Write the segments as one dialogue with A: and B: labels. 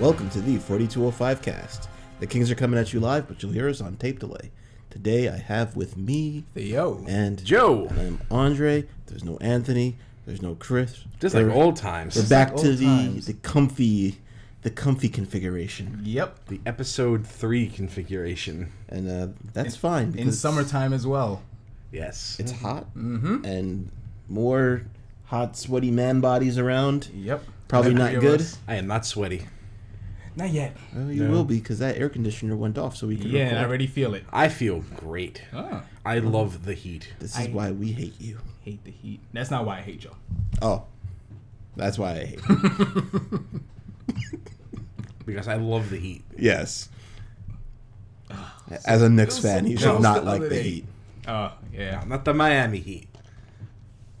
A: Welcome to the 4205 cast. The Kings are coming at you live, but you'll hear us on tape delay. Today I have with me
B: Yo.
A: and
C: Joe.
A: And I'm Andre. There's no Anthony. There's no Chris.
C: Just like
A: We're-
C: old times.
A: We're back
B: like
A: to
B: old
A: the
B: times.
A: the comfy the comfy configuration,
B: Yep.
C: The episode three configuration.
A: and uh, that's fine
B: In
A: because
B: summertime as well.
C: Yes.
A: it's hot
B: Mm-hmm.
A: and more hot sweaty man bodies around.
B: Yep.
A: Probably
B: The
A: not
B: three of
A: good.
B: us.
C: I am not sweaty.
B: Not yet.
A: Well, you
C: No.
A: will be because that air conditioner went off, so we can.
B: Yeah, and I
A: record.
B: already feel it.
C: I feel great.
B: Oh.
A: Ah.
C: I love the heat.
A: This is
B: I-
A: why we hate you.
B: Hate the heat. That's not why I hate y'all.
A: Oh, that's why I hate. you.
C: Because I love the heat.
A: yes. As a Knicks
B: was
A: fan,
B: so
A: you should
B: close
A: not
B: the
A: like
B: other
A: the
B: day.
A: heat.
B: Oh, yeah.
C: Not the Miami heat.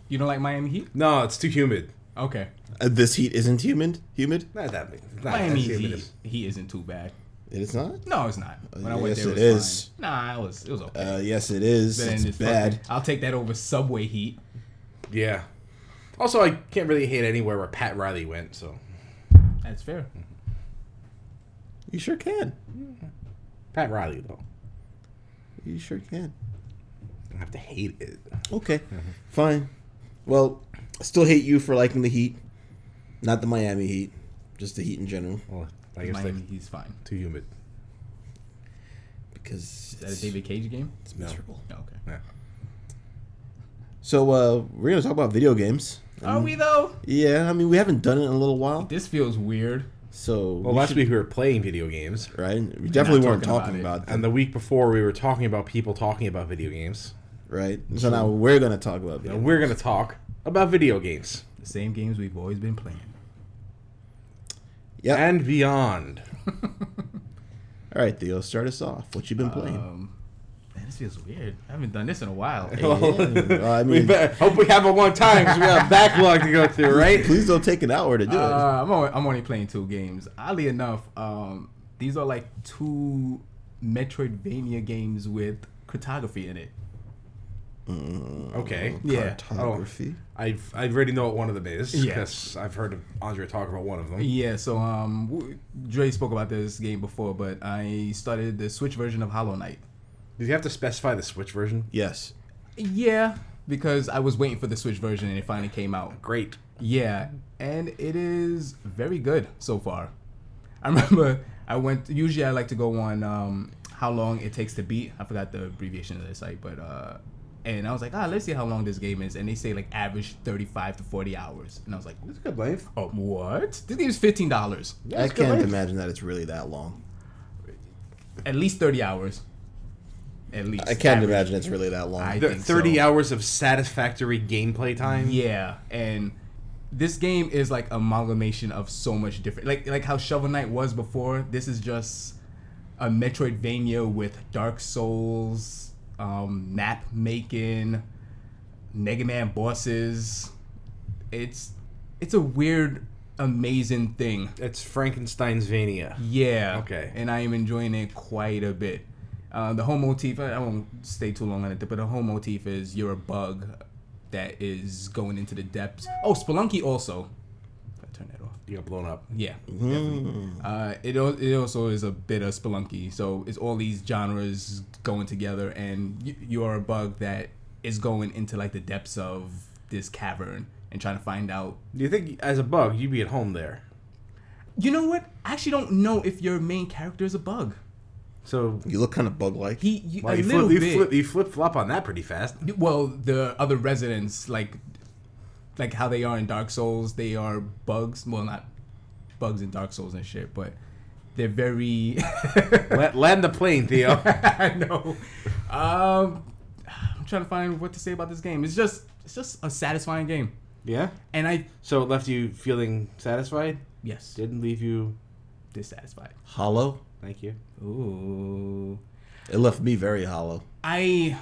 B: You don't like Miami Heat?
C: No, it's too humid.
B: Okay.
A: Uh, this heat isn't humid. Humid?
C: Not that big. It's Not
B: Miami
C: as humid
B: Heat,
C: as-
B: heat isn't too bad.
A: It is not.
B: No, it's not. When I went
A: Uh, yes,
B: there, it,
A: it
B: was
A: is.
B: fine. Nah, it was it was okay.
A: Uh, yes, it is.
B: Better than
A: It's
B: this
A: bad.
B: fucking- I'll take that over Subway Heat.
C: Yeah. Also, I can't really hate anywhere where Pat Riley went, so.
B: That's fair.
A: You sure can.
C: Pat Riley, though.
A: You sure can.
C: I don't have to hate it.
A: Okay, fine. Well, I still hate you for liking the Heat, not the Miami Heat, just the Heat in general.
C: Well, I guess
B: Miami
C: like
B: Heat's fine.
C: too humid.
A: Because
B: Is that
A: it's,
B: a David Cage game?
A: it's
C: No.
A: miserable.
B: No, okay.
C: Yeah.
A: So uh, we're gonna talk about video games.
B: Are we though?
A: Yeah, I mean we haven't done it in a little while,
B: This feels weird.
A: so
C: Well,
A: we
C: last
A: should-
C: week we were playing video games.
A: right? We definitely weren't talking
B: talking
A: about,
B: about
A: them,
C: And the week before, we were talking about people talking about video games.
A: right? So now we're gonna talk about video.
C: And we're going to talk about video games
B: The same games we've always been playing.
A: Yeah.
C: and beyond.
A: All right, Theo, start us off. What you been playing?
B: Um, man, this feels weird. I haven't done this in a while.
A: well, I
C: we
A: mean-
C: better, hope we have a one time because we got a backlog to go through, right?
A: Please don't take an hour to do it.
B: Uh, I'm, only, I'm only playing two games. Oddly enough, um, these are like two Metroidvania games with cryptography in it.
C: Okay.
B: yeah.
A: Cartography.
C: I I already know what one of them is
B: Yeah.
C: because I've heard of Andre talk about one of them.
B: Yeah, so um, w- Dre spoke about this game before, but I started the Switch version of Hollow Knight.
C: Did you have to specify the Switch version?
A: Yes.
B: Yeah, because I was waiting for the Switch version and it finally came out.
C: Great.
B: Yeah, and it is very good so far. I remember I went. Usually, I like to go on um, how long it takes to beat. I forgot the abbreviation of the site, but uh, and I was like, ah, let's see how long this game is. And they say like average thirty-five to forty hours, and I was like,
C: That's a good length.
B: oh, what? This game's fifteen dollars,
A: I can't imagine that it's really that long.
B: at least thirty hours, at least.
A: I can't
B: average.
A: imagine it's really that long.
B: I-
C: The
B: think
C: 30
B: so.
C: hours of satisfactory gameplay time.
B: Yeah, and this game is like amalgamation of so much different. Like like how Shovel Knight was before. This is just a Metroidvania with Dark Souls, um, map making, Mega Man bosses. It's it's a weird, amazing thing.
C: It's Frankenstein's Vania.
B: Yeah.
C: Okay.
B: And I am enjoying it quite a bit. Uh, the whole motif, I I won't stay too long on it, but the whole motif is you're a bug that is going into the depths. Oh, Spelunky also. If I turn that off.
C: You got blown up.
B: Yeah.
C: Hmm.
B: definitely. Uh, it, al- it also is a bit of Spelunky. So it's all these genres going together, and you, you are a bug that is going into like the depths of this cavern and trying to find out
C: Do you think, as a bug, you'd be at home there?
B: you know what i actually don't know if your main character is a bug
C: So,
A: you look kind of bug-like.
B: He you,
C: well,
B: a
C: you,
B: little
C: flip, you,
B: bit.
C: flip, you flip flop on that pretty fast.
B: Well, the other residents like like how they are in Dark Souls, they are bugs. Well, not bugs in Dark Souls and shit, but they're very.
C: Let, land the plane, Theo.
B: I know. Um, I'm trying to find what to say about this game. It's just it's just a satisfying game,
C: yeah?
B: and I
C: So it left you feeling satisfied?
B: yes
C: Didn't leave you.
B: dissatisfied.
A: hollow.
C: Thank you.
B: Ooh,
A: It left me very hollow.
B: I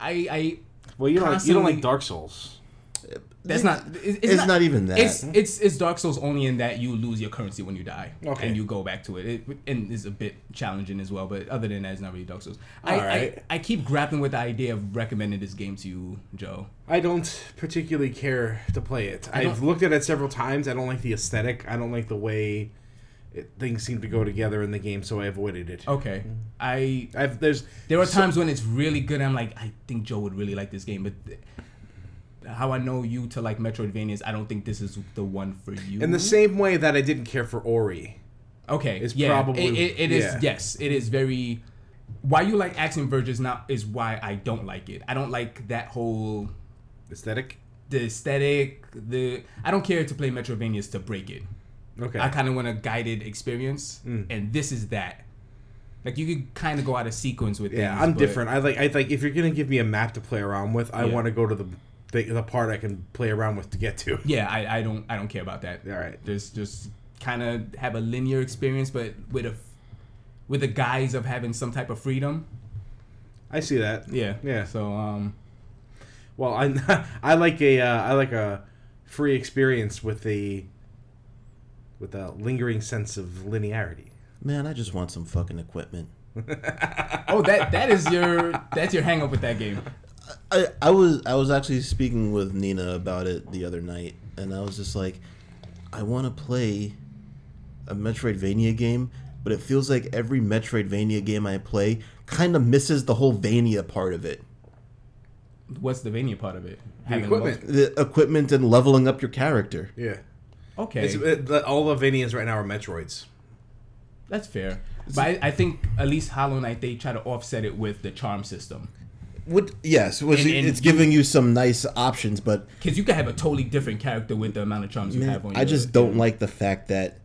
B: I I.
C: Well, you don't, like, you don't
B: Constantly-
C: like Dark Souls.
B: That's not. It's,
A: It's, not, even that.
B: It's it's it's Dark Souls only in that you lose your currency when you die,
C: Okay.
B: and you go back to it. it. And it's a bit challenging as well, but other than that, it's not really Dark Souls. I,
C: Alright.
B: I I keep grappling with the idea of recommending this game to you, Joe.
C: I don't particularly care to play it.
B: I
C: I've
B: don't-
C: looked at it several times. I don't like the aesthetic. I don't like the way it, things seem to go together in the game, so I avoided it.
B: Okay, I
C: I've there's
B: there are
C: so-
B: times when it's really good. I'm like, I think Joe would really like this game, but th- how I know you to like Metroidvanias, I don't think this is the one for you.
C: in the same way that I didn't care for Ori.
B: okay,
C: is
B: yeah,
C: probably-
B: it, it- it is.
C: yeah.
B: Yes, it is very. Why you like Action Verge is not is why I don't like it. I don't like that whole
C: Aesthetic.
B: the aesthetic. The I don't care to play Metroidvanias to break it.
C: Okay.
B: I kind of want a guided experience,
C: Mm.
B: and this is that. Like you could kind of go out of sequence with
C: yeah,
B: things,
C: I'm
B: but-
C: different. I like I like if you're gonna give me a map to play around with, I
B: Yeah.
C: want to go to the, the the part I can play around with to get to.
B: Yeah, I, I don't I don't care about that.
C: All right.
B: Just just kind of have a linear experience, but with a with the guise of having some type of freedom.
C: I see that.
B: Yeah.
C: Yeah.
B: So um.
C: Well, I I like a uh, I like a free experience with the with a lingering sense of linearity.
A: Man, I just want some fucking equipment.
B: Oh, that that is your that's your hang up with that game.
A: I, I was I was actually speaking with Nina about it the other night, and I was just like, I want to play a Metroidvania game, but it feels like every Metroidvania game I play kind of misses the whole Vania part of it.
B: What's the Vania part of it?
C: The equipment.
A: The equipment and leveling up your character.
C: Yeah.
B: most- okay,
C: It's, uh, it, the, all the Vanians right now are Metroids.
B: that's fair. But I, I think at least Hollow Knight they try to offset it with the charm system
A: What? Yes, which
B: And- and
A: it's giving you some nice options, but
B: because you could have a totally different character with the amount of charms you have on.
A: I
B: your-
A: just don't like the fact that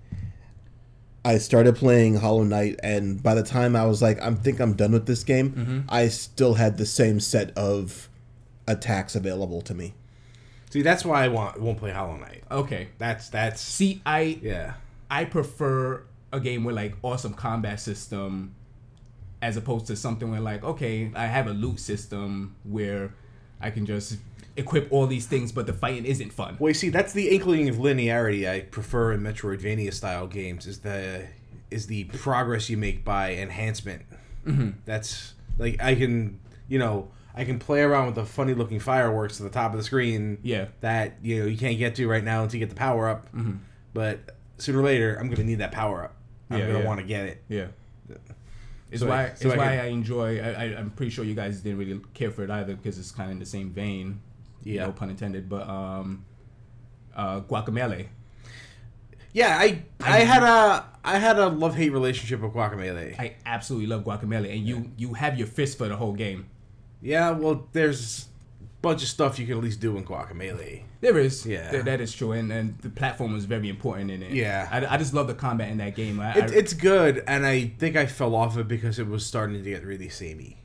A: I started playing Hollow Knight, and by the time I was like, I think I'm done with this game,
B: Mm-hmm.
A: I still had the same set of attacks available to me.
C: See, that's why I want won't play Hollow Knight.
B: Okay.
C: That's that's
B: See, I
C: yeah.
B: I prefer a game with like awesome combat system as opposed to something where like okay I have a loot system where I can just equip all these things but the fighting isn't fun.
C: Well, you see, that's the inkling of linearity I prefer in Metroidvania style games is the is the progress you make by enhancement. That's like I can you know I can play around with the funny looking fireworks at the top of the screen.
B: Yeah.
C: that you know you can't get to right now until you get the power up.
B: Mm-hmm.
C: But sooner or later, I'm gonna need that power up. I'm
B: Yeah,
C: gonna
B: yeah.
C: want to get it.
B: Yeah. It's
C: So I-
B: why
C: so
B: it's
C: I
B: why
C: can-
B: I enjoy I, I I'm pretty sure you guys didn't really care for it either because it's kind of in the same vein.
C: Yeah.
B: No pun intended, but um uh Guacamele.
C: Yeah, I I had a I had a love hate relationship with Guacamele.
B: I absolutely love Guacamele and you you have your fist for the whole game.
C: Yeah, well, there's a bunch of stuff you can at least do in Guacamele.
B: There is,
C: Yeah.
B: Th- that is true, and, and the platform was very important in it.
C: Yeah.
B: I, I just love the combat in that game. I,
C: It,
B: I-
C: it's good, and I think I fell off it because it was starting to get really samey.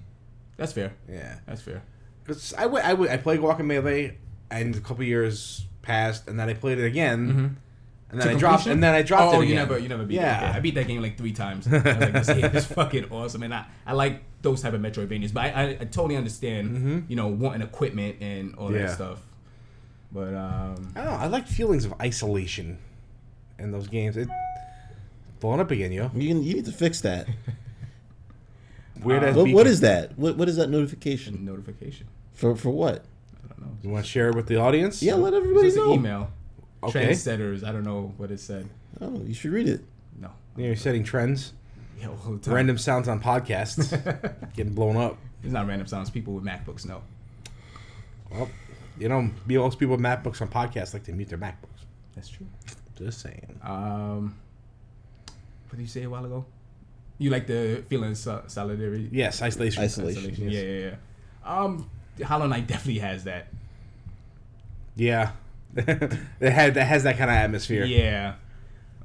B: that's fair.
C: Yeah,
B: That's fair.
C: because I went- I went- I played Guacamele, and a couple years passed, and then I played it again, and then I dropped,
B: Mm-hmm. completion?
C: and then I dropped
B: oh,
C: it.
B: you
C: again.
B: never, you never beat
C: Yeah.
B: that. game. I beat that game like three times. I was like, this game is fucking awesome, and I, I like those type of Metroidvanias. But I, I, I totally understand, you know, wanting equipment and all
C: Mm-hmm. Yeah.
B: that stuff. But um,
C: I don't know. I like feelings of isolation in those games. It blown up again, yo.
A: You, can, you need to fix that.
C: Weird ass.
A: Uh, What,
C: beacon.
A: what is that? What, what is that notification
B: notification.
A: for? For what?
B: I don't know.
C: You want to share it with the audience?
A: Yeah, let
B: It's
A: everybody
B: just an
A: know.
B: email.
C: Okay.
B: Trendsetters. I don't know what it said.
A: Oh, you should read it.
B: No.
C: You know, setting trends,
B: Yeah, all the time.
C: random sounds on podcasts, getting blown up.
B: It's not random sounds. People with MacBooks know.
C: Well, you know, me- most people with MacBooks on podcasts like to mute their MacBooks.
B: That's true.
C: Just saying.
B: Um, what did you say a while ago? You like the feeling of so- solidarity?
C: Yes, isolation.
A: Isolation.
B: Isolation. Yeah, yeah, yeah. Um, Hollow Knight definitely has that.
C: Yeah. it, had, it has that kind of atmosphere.
B: Yeah.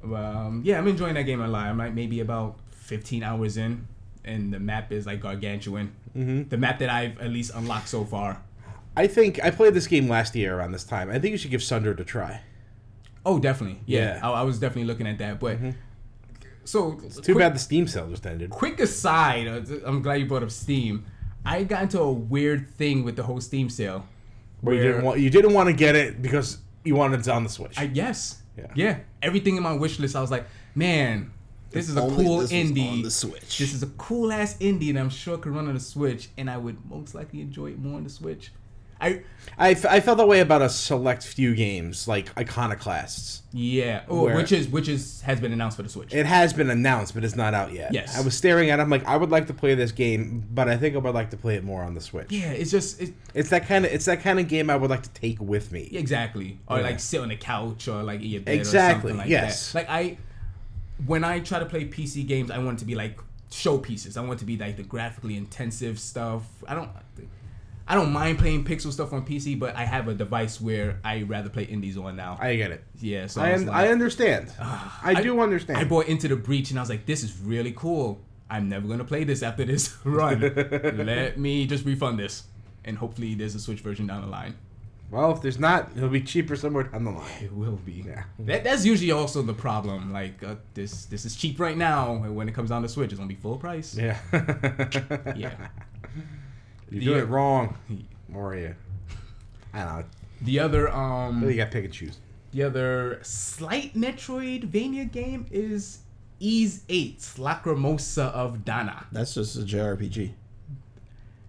B: Um, yeah, I'm enjoying that game a lot. I'm like maybe about 15 hours in, and the map is like gargantuan. Mm-hmm. The map that I've at least unlocked so far.
C: I think I played this game last year around this time. I think you should give Sunder a try.
B: Oh, definitely. Yeah,
C: Yeah.
B: I, I was definitely looking at that. But so
C: Too
B: quick-
C: bad the Steam sale just ended.
B: quick aside, uh, th- I'm glad you brought up Steam. I got into a weird thing with the whole Steam sale.
C: Where you didn't want you didn't want to get it because you wanted it on the Switch.
B: I yes.
C: Yeah.
B: Yeah. Everything in my wish list, I was like, man, this is a
A: Only
B: cool
A: this was
B: indie.
A: on the Switch.
B: This is a cool ass indie, and I'm sure it could run on the Switch, and I would most likely enjoy it more on the Switch. I
C: I, f- I felt that way about a select few games like Iconoclasts.
B: yeah, oh,
C: Where-
B: which is which is has been announced for the Switch.
C: It has been announced, but it's not out yet.
B: Yes.
C: I was staring at. it, I'm like, I would like to play this game, but I think I would like to play it more on the Switch.
B: yeah, it's just it,
C: It's that kind of it's that kind of game I would like to take with me.
B: exactly, or
C: Yeah.
B: like sit on the couch or like eat your bed
C: Exactly,
B: or something like
C: yes.
B: that. Like I, when I try to play PC games, I want it to be like showpieces. I want it to be like the graphically intensive stuff. I don't. I don't mind playing pixel stuff on PC, but I have a device where I rather play indies on now.
C: I get it.
B: yeah, so
C: I
B: it's
C: un-
B: like-
C: I understand. I do understand.
B: I bought Into the Breach and I was like, this is really cool. I'm never gonna play this after this run. Let me just refund this. And hopefully there's a Switch version down the line.
C: well, if there's not, it'll be cheaper somewhere down the line.
B: It will be.
C: Yeah.
B: That, that's usually also the problem. Like uh, this, this is cheap right now, and when it comes down to Switch, it's gonna be full price.
C: Yeah.
B: Yeah. uh,
C: You're
B: The-
C: doing it wrong, Mario. I don't know.
B: The other,
C: Really
B: um,
C: got to pick and choose.
B: the other slight Metroidvania game is Ease Eight: Lacrimosa of Dana.
A: That's just a JRPG.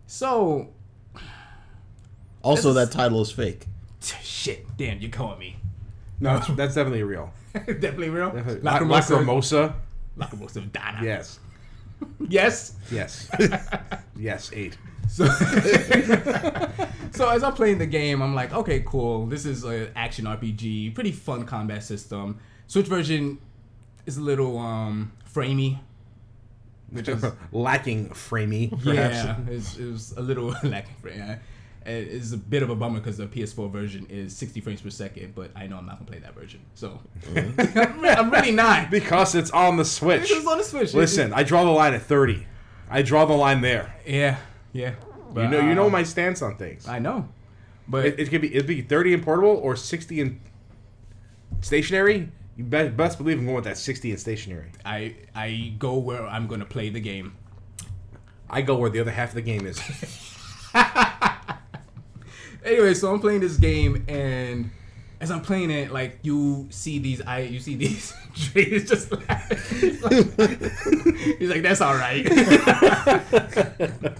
B: So
A: Also,
B: This is-
A: that title is fake.
B: shit, damn, you're calling me.
C: No, that's- that's definitely real.
B: Definitely real.
C: Definitely. La-
B: Lacrimosa.
C: Lacrimosa.
B: Lacrimosa of Dana.
C: Yes.
B: Yes.
C: Yes. yes. Eight.
B: So, so as I'm playing the game, I'm like, okay, cool. This is an action RPG, pretty fun combat system. Switch version is a little um framey, which is
C: Lacking framey.
B: yeah,
C: Perhaps.
B: it's, it was a little lacking for yeah. It- It's a bit of a bummer because the PS4 version is 60 frames per second, but I know I'm not gonna play that version, so
C: Mm-hmm.
B: I'm, re- I'm really not.
C: Because it's on the Switch.
B: Because it's on the Switch.
C: Listen, I draw the line at thirty. I draw the line there.
B: yeah, yeah.
C: You
B: But,
C: know, you know
B: um,
C: my stance on things.
B: I know, but
C: It, it could be it'd be thirty in portable or sixty in stationary. You be, best believe I'm going with that sixty in stationary.
B: I I go where I'm gonna play the game.
C: I go where the other half of the game is.
B: Anyway, so I'm playing this game, and as I'm playing it, like you see these, I you see these trees just. Like, he's, like, he's like, that's all right.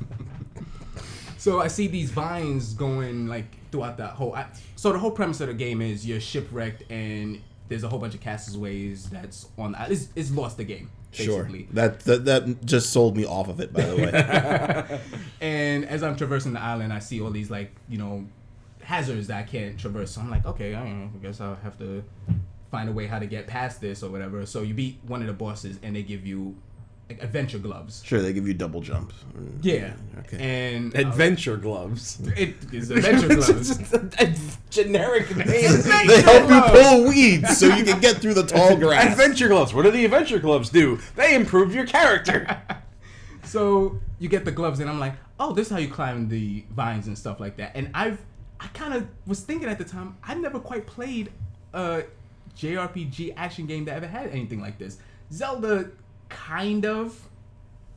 B: so I see these vines going like throughout that whole. I, so the whole premise of the game is you're shipwrecked, and there's a whole bunch of castaways that's on. The, it's, it's lost the game basically.
A: Sure. That, that that just sold me off of it. By the way,
B: And as I'm traversing the island, I see all these like you know hazards that I can't traverse. So I'm like, okay, I, don't know, I guess I'll have to find a way how to get past this or whatever. So you beat one of the bosses, and they give you like adventure gloves.
A: sure they give you double jump. Mm.
B: Yeah.
A: Okay.
B: And uh,
C: Adventure gloves.
B: it is adventure gloves.
C: generic name.
A: They help you pull weeds so you can get through the tall grass.
C: adventure gloves. What do the adventure gloves do? They improve your character.
B: So you get the gloves, and I'm like, oh, this is how you climb the vines and stuff like that. And I've, I kind of was thinking at the time, I never quite played a JRPG action game that ever had anything like this. Zelda, kind of,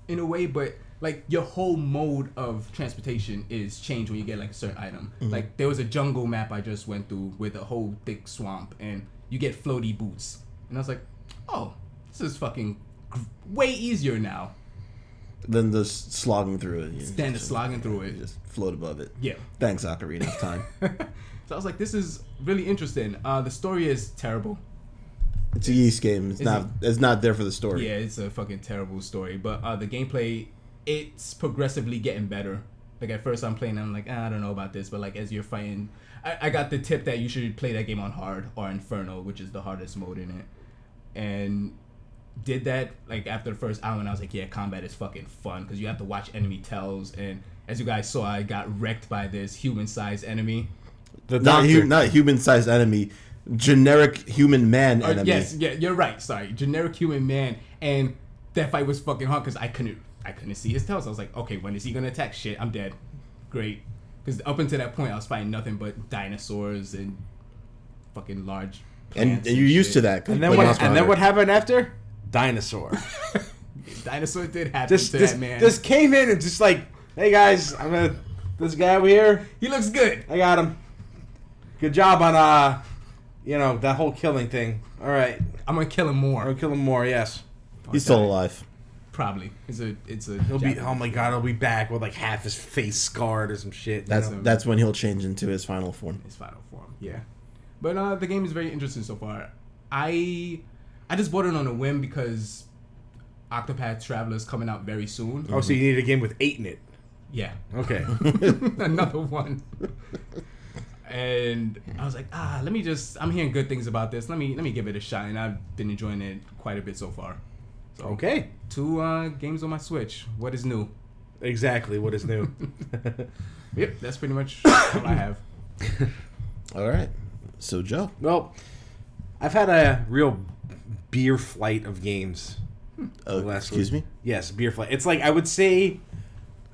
B: in a way, but like your whole mode of transportation is changed when you get like a certain item. Like there was a jungle map I just went through with a whole thick swamp, and you get floaty boots, and I was like, oh, this is fucking gr- way easier now
A: Then just slogging through it. You know,
B: than
A: just-
B: slogging through
A: you
B: it.
A: Just float above it.
B: Yeah.
A: Thanks, Ocarina of Time.
B: So I was like, this is really interesting. Uh, the story is terrible.
A: It's a yeast game. It's
B: Is
A: not. It's not there for the story.
B: Yeah, it's a fucking terrible story. But uh, the gameplay, it's progressively getting better. Like at first I'm playing, I'm like, "Ah, I don't know about this, but like as you're fighting, I, I got the tip that you should play that game on hard or Inferno, which is the hardest mode in it. And did that like after the first hour, and I was like, yeah, combat is fucking fun because you have to watch enemy tells. And as you guys saw, I got wrecked by this human-sized enemy.
C: The
A: Not
C: doctor.
A: hu- not human-sized enemy. Generic human man
B: Uh,
A: enemy.
B: yes, yeah, you're right. Sorry, generic human man, and that fight was fucking hard because I couldn't, I couldn't see his tails. I was like, okay, when is he gonna attack? Shit, I'm dead. Great, because up until that point, I was fighting nothing but dinosaurs and fucking large.
A: And, and you're used to that. 'cause
C: and
A: you
C: then
A: play
C: what?
A: Monster
C: And then
A: Hunter.
C: what happened after? Dinosaur.
B: Dinosaur did happen
C: This
B: to
C: this,
B: that man.
C: this came in and just like, hey guys, I'm gonna. This guy over here.
B: he looks good.
C: I got him. Good job on uh, you know that whole killing thing. All right,
B: I'm gonna kill him more.
C: I'll kill him more. Yes.
A: He's still alive.
B: Probably. It's a. It's a.
C: He'll be.
B: Japanese-
C: Oh my god, he'll be back with like half his face scarred or some shit. you
A: That's
C: know?
A: that's when he'll change into his final form.
B: his final form. Yeah, but uh, the game is very interesting so far. I I just bought it on a whim because Octopath Traveler is coming out very soon.
C: Oh, so you need a game with eight in it.
B: Yeah,
C: Okay.
B: another one. And I was like, ah, let me just. I'm hearing good things about this. Let me let me give it a shot, and I've been enjoying it quite a bit so far. So
C: okay.
B: two uh, games on my Switch. What is new?
C: Exactly. What is new?
B: Yep, that's pretty much all I have.
A: All right. So Joe,
C: well, I've had a real beer flight of games.
A: oh,
C: last
A: excuse
C: week.
A: me.
C: Yes, beer flight. It's like I would say.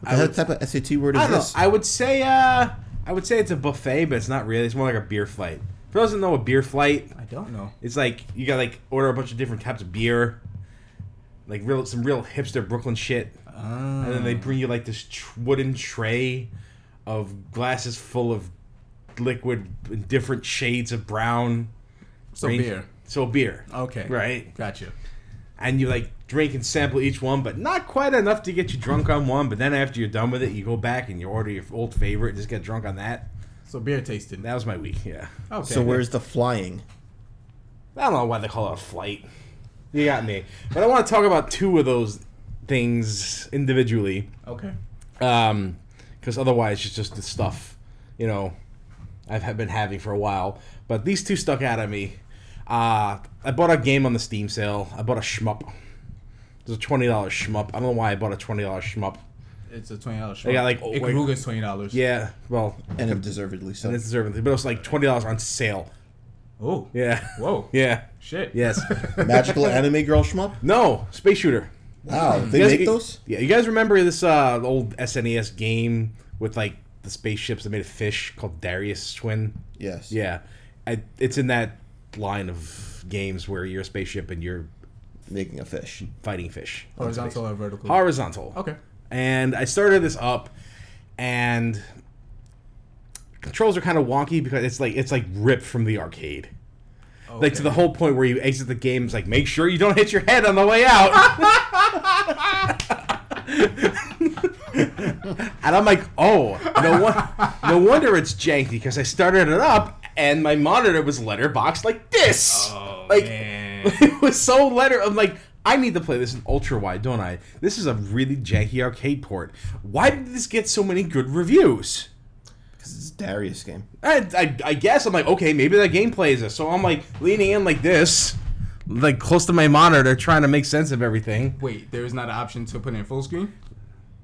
A: What
C: I
A: the
C: would-
A: hell type of SAT word is
C: I don't know.
A: this?
C: I would say. Uh, I would say it's a buffet, but it's not really. It's more like a beer flight. For those that know a beer flight,
B: I don't know.
C: It's like you got like order a bunch of different types of beer, like real some real hipster Brooklyn shit,
B: Uh,
C: and then they
A: Uh.
C: bring you like this tr- wooden tray of glasses full of liquid in different shades of brown.
B: so
C: range-
B: beer.
C: So beer.
A: Oh.
B: Okay.
C: Right.
B: Gotcha.
C: And you like drink and sample each one, but not quite enough to get you drunk on one. But then after you're done with it, you go back and you order your old favorite and just get drunk on that.
B: So beer tasting.
C: That was my week. Yeah.
B: Okay.
A: so where's the flying?
C: I don't know why they call it a flight. You got me. But I want to talk about two of those things individually,
B: Okay.
C: because otherwise it's just the stuff, you know, I've ha- been having for a while. But these two stuck out at me. Uh, I bought a game on the Steam sale. I bought a shmup. There's a twenty dollars shmup. I don't know why I bought a twenty dollars shmup.
B: It's a twenty dollars.
C: They got, like, oh, wait.
B: Ikaruga's twenty dollars.
C: Yeah, well,
A: And it deservedly so.
C: it's deserving, but it was like twenty dollars on sale.
B: Oh.
C: Yeah,
B: Whoa.
C: yeah,
B: Shit.
C: yes.
A: Magical anime girl shmup.
C: no, space shooter.
A: Wow, they
C: You guys-
A: make those.
C: Yeah, you guys remember this uh, old SNES game with like the spaceships that made of fish called Darius Twin?
A: Yes.
C: Yeah, I, it's in that line of games where you're a spaceship and you're
A: Making a fish.
C: fighting fish. on
B: Horizontal
C: space.
B: or vertical?
C: Horizontal.
B: Okay.
C: And I started this up, and controls are kind of wonky because it's like it's like ripped from the arcade. Like to the whole point where you exit the game, it's like make sure you don't hit your head on the way out. and I'm like, oh, no one, no wonder it's janky because I started it up and my monitor was letterboxed like this.
B: Oh,
C: like
B: man.
C: it was so letter. I'm like, I need to play this in ultra wide, don't I? This is a really janky arcade port. Why did this get so many good reviews?
A: Because it's a Darius game.
C: I, I, I guess I'm like, okay, maybe that gameplay is this. So I'm like leaning in like this, like close to my monitor, trying to make sense of everything.
B: Wait, there is not an option to put it in full screen.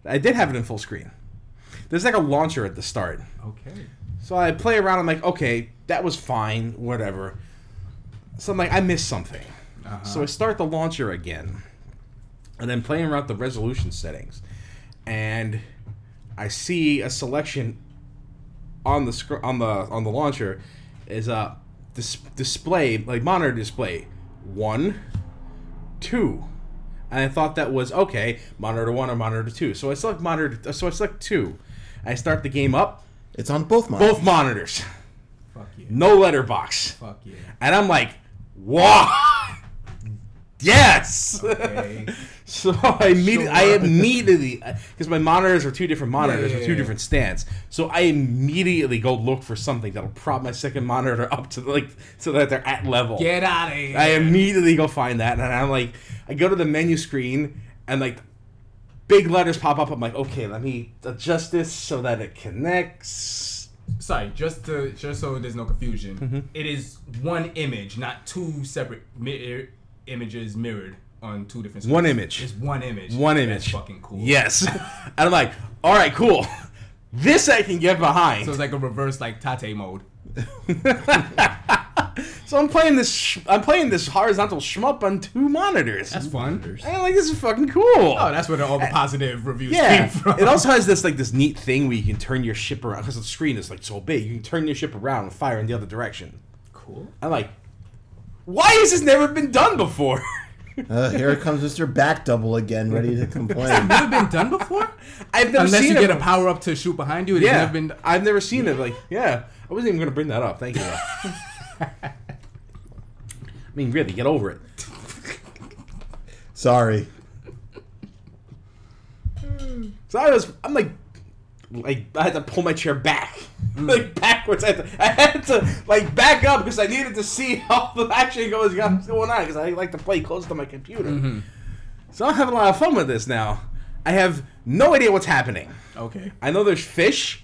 C: I did have it in full screen. There's like a launcher at the start.
B: Okay.
C: So I play around. I'm like, okay, that was fine, whatever. So I'm like, I missed something. So I start the launcher again, and then playing around with the resolution settings, and I see a selection on the scr- on the on the launcher is a dis- display like monitor display one, two, and I thought that was okay monitor one or monitor two. So I select monitor. So I select two. I start the game up
A: It's on both monitors.
C: both monitors,
B: Fuck yeah.
C: no letterbox.
B: Fuck yeah.
C: And I'm like, wow, yes.
B: Okay.
C: so I immediately, I
B: Sure.
C: immediately, because my monitors are two different monitors
B: yeah,
C: with two
B: yeah.
C: different stands. So I immediately go look for something that'll prop my second monitor up to like so that they're at level.
B: Get out of here.
C: I immediately go find that, and I'm like, I go to the menu screen, and like, big letters pop up. I'm like, okay, let me adjust this so that it connects.
B: Sorry, just to just so there's no confusion.
C: Mm-hmm.
B: It is one image, not two separate mi- er, images mirrored on two different. Screens.
C: One image.
B: It's one image.
C: One
B: That's
C: image.
B: fucking cool.
C: Yes. and I'm like, all right, cool. This I can get behind.
B: So it's like a reverse like Tate mode.
C: So I'm playing this. Sh- I'm playing this horizontal shmup on two monitors.
B: That's fun.
C: And I'm like, this is fucking cool. Oh,
B: Oh, that's where the, all the positive reviews
C: yeah.
B: came from.
C: It also has this like this neat thing where you can turn your ship around because the screen is like so big. You can turn your ship around and fire in the other direction.
B: cool.
C: I'm like, why has this never been done before?
A: Uh, here comes Mr. Back Double again, ready to complain.
B: Never been done before.
C: I've never
B: Unless
C: seen
B: you
C: it.
B: get a power up to shoot behind you, it's
C: yeah,
B: never been.
C: I've never seen it. Like, yeah, I wasn't even gonna bring that up. Thank you. though. I mean, really, get over it.
A: Sorry.
C: So I was, I'm like, like I had to pull my chair back,
B: Mm.
C: like backwards. I had, to, I had to like back up because I needed to see how the action goes going on because I like to play close to my computer.
B: Mm-hmm.
C: So I'm having a lot of fun with this now. I have no idea what's happening.
B: Okay.
C: I know there's fish,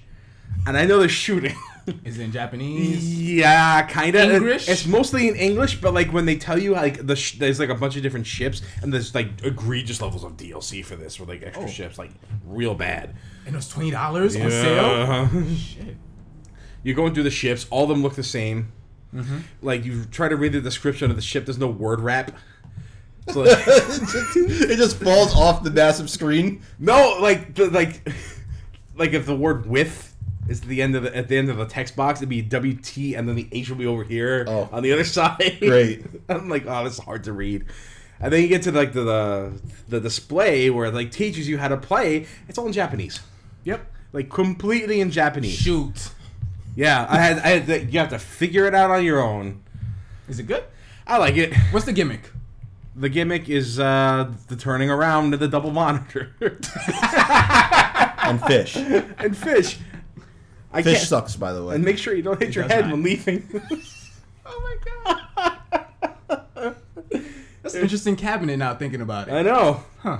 C: and I know there's shooting.
B: Is it in Japanese?
C: yeah, kind of.
B: English?
C: It's mostly in English, but like when they tell you like the sh- there's like a bunch of different ships, and there's like egregious levels of DLC for this, with like extra
B: Oh.
C: ships, like real bad.
B: And it was twenty dollars on sale.
C: Yeah.
B: Shit.
C: You're going through the ships. All of them look the same.
B: Mm-hmm.
C: Like you try to read the description of the ship. There's no word wrap. So like,
A: it just falls off the massive screen.
C: no, like the, like like if the word with is the end of the at the end of the text box, it'd be WT, and then the H will be over here
A: Oh.
C: on the other side.
A: Great.
C: I'm like, oh, this is hard to read. And then you get to like the the, the display where it like teaches you how to play. It's all in Japanese.
B: Yep.
C: Like completely in Japanese.
B: Shoot.
C: Yeah, I had, I had to, you have to figure it out on your own.
B: Is it good?
C: I like it.
B: What's the gimmick?
C: The gimmick is uh, the turning around to the double monitor
A: And fish. Fish
C: and fish. I can't,
A: sucks, by the
C: and
A: way.
C: make sure you don't hit your
B: does
C: head
B: not.
C: when leaving.
B: Oh my god. That's an interesting cabinet now thinking about
C: I
B: it.
C: know. Ah,
B: Huh.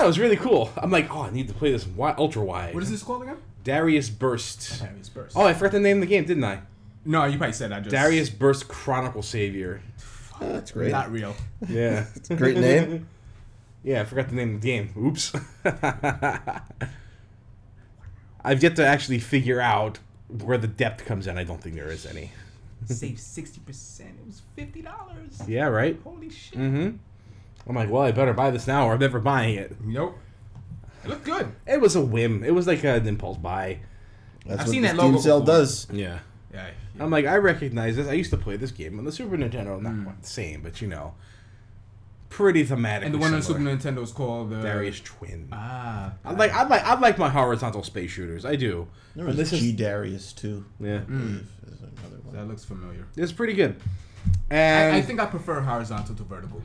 C: That was really cool. I'm like, oh, I need to play this wi- ultra wide.
B: What is this called again?
C: Darius Burst.
B: Darius Burst.
C: Oh, I forgot the name of the game, didn't I?
B: No, you probably said I just
C: Darius Burst Chronicle Savior.
A: That's great.
B: Not real.
C: Yeah.
A: Great name.
C: Yeah, I forgot the name of the game. Oops. I've yet to actually figure out where the depth comes in. I don't think there is any.
B: Save sixty percent. It was fifty dollars.
C: Yeah, right?
B: Holy shit.
C: Mm-hmm. I'm like, well, I better buy this now, or I'm never buying it.
B: Nope. It looked good.
C: It was a whim. It was like an impulse buy.
A: That's
B: I've
A: what
B: seen
A: this
B: that
A: Steam
B: logo
A: sale
B: before.
A: does.
C: Yeah.
B: Yeah.
C: I'm like, I recognize this. I used to play this game on the Super Nintendo. Not
B: Mm.
C: quite the same, but you know, pretty thematic.
B: And the one on Super Nintendo is called uh, the
C: Darius Twin.
B: Ah.
C: I like, I like, I like my horizontal space shooters. I do.
A: There was
C: But this is-
A: G Darius too.
C: Yeah.
A: There's another one.
B: That looks familiar.
C: It's pretty good.
B: I,
C: And
B: I think I prefer horizontal to vertical.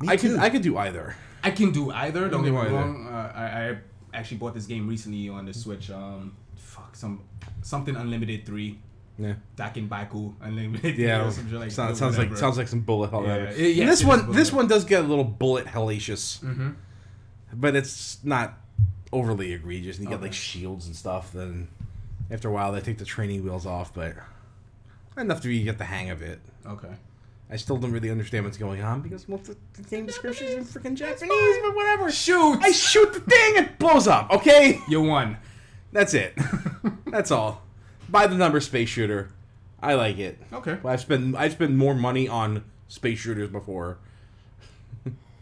A: Me
C: I
A: too.
C: could I could do either.
B: I can do either. Don't
C: do
B: get me
C: either.
B: wrong. Uh, I, I actually bought this game recently on the Switch. Um, fuck some something Unlimited Three,
C: Yeah.
B: Dakin Baku Unlimited.
C: Yeah.
B: or some shit like,
C: sounds, sounds like sounds like some bullet hell.
B: Yeah,
C: Yeah,
B: it- yes, it
C: this
B: is
C: one
B: bullet
C: this
B: hell.
C: one does get a little bullet hellacious,
B: hmm
C: but it's not overly egregious. And you get
B: Okay.
C: like shields and stuff. Then after a while, they take the training wheels off, but enough to you get the hang of it.
B: Okay.
C: I still don't really understand what's going on because most of the game descriptions in freaking Japanese, but whatever.
B: Shoot!
C: I shoot the thing, it blows up. Okay.
B: you won.
C: That's it. That's all. By the number space shooter. I like it.
B: Okay.
C: I've spent I've spent more money on space shooters before.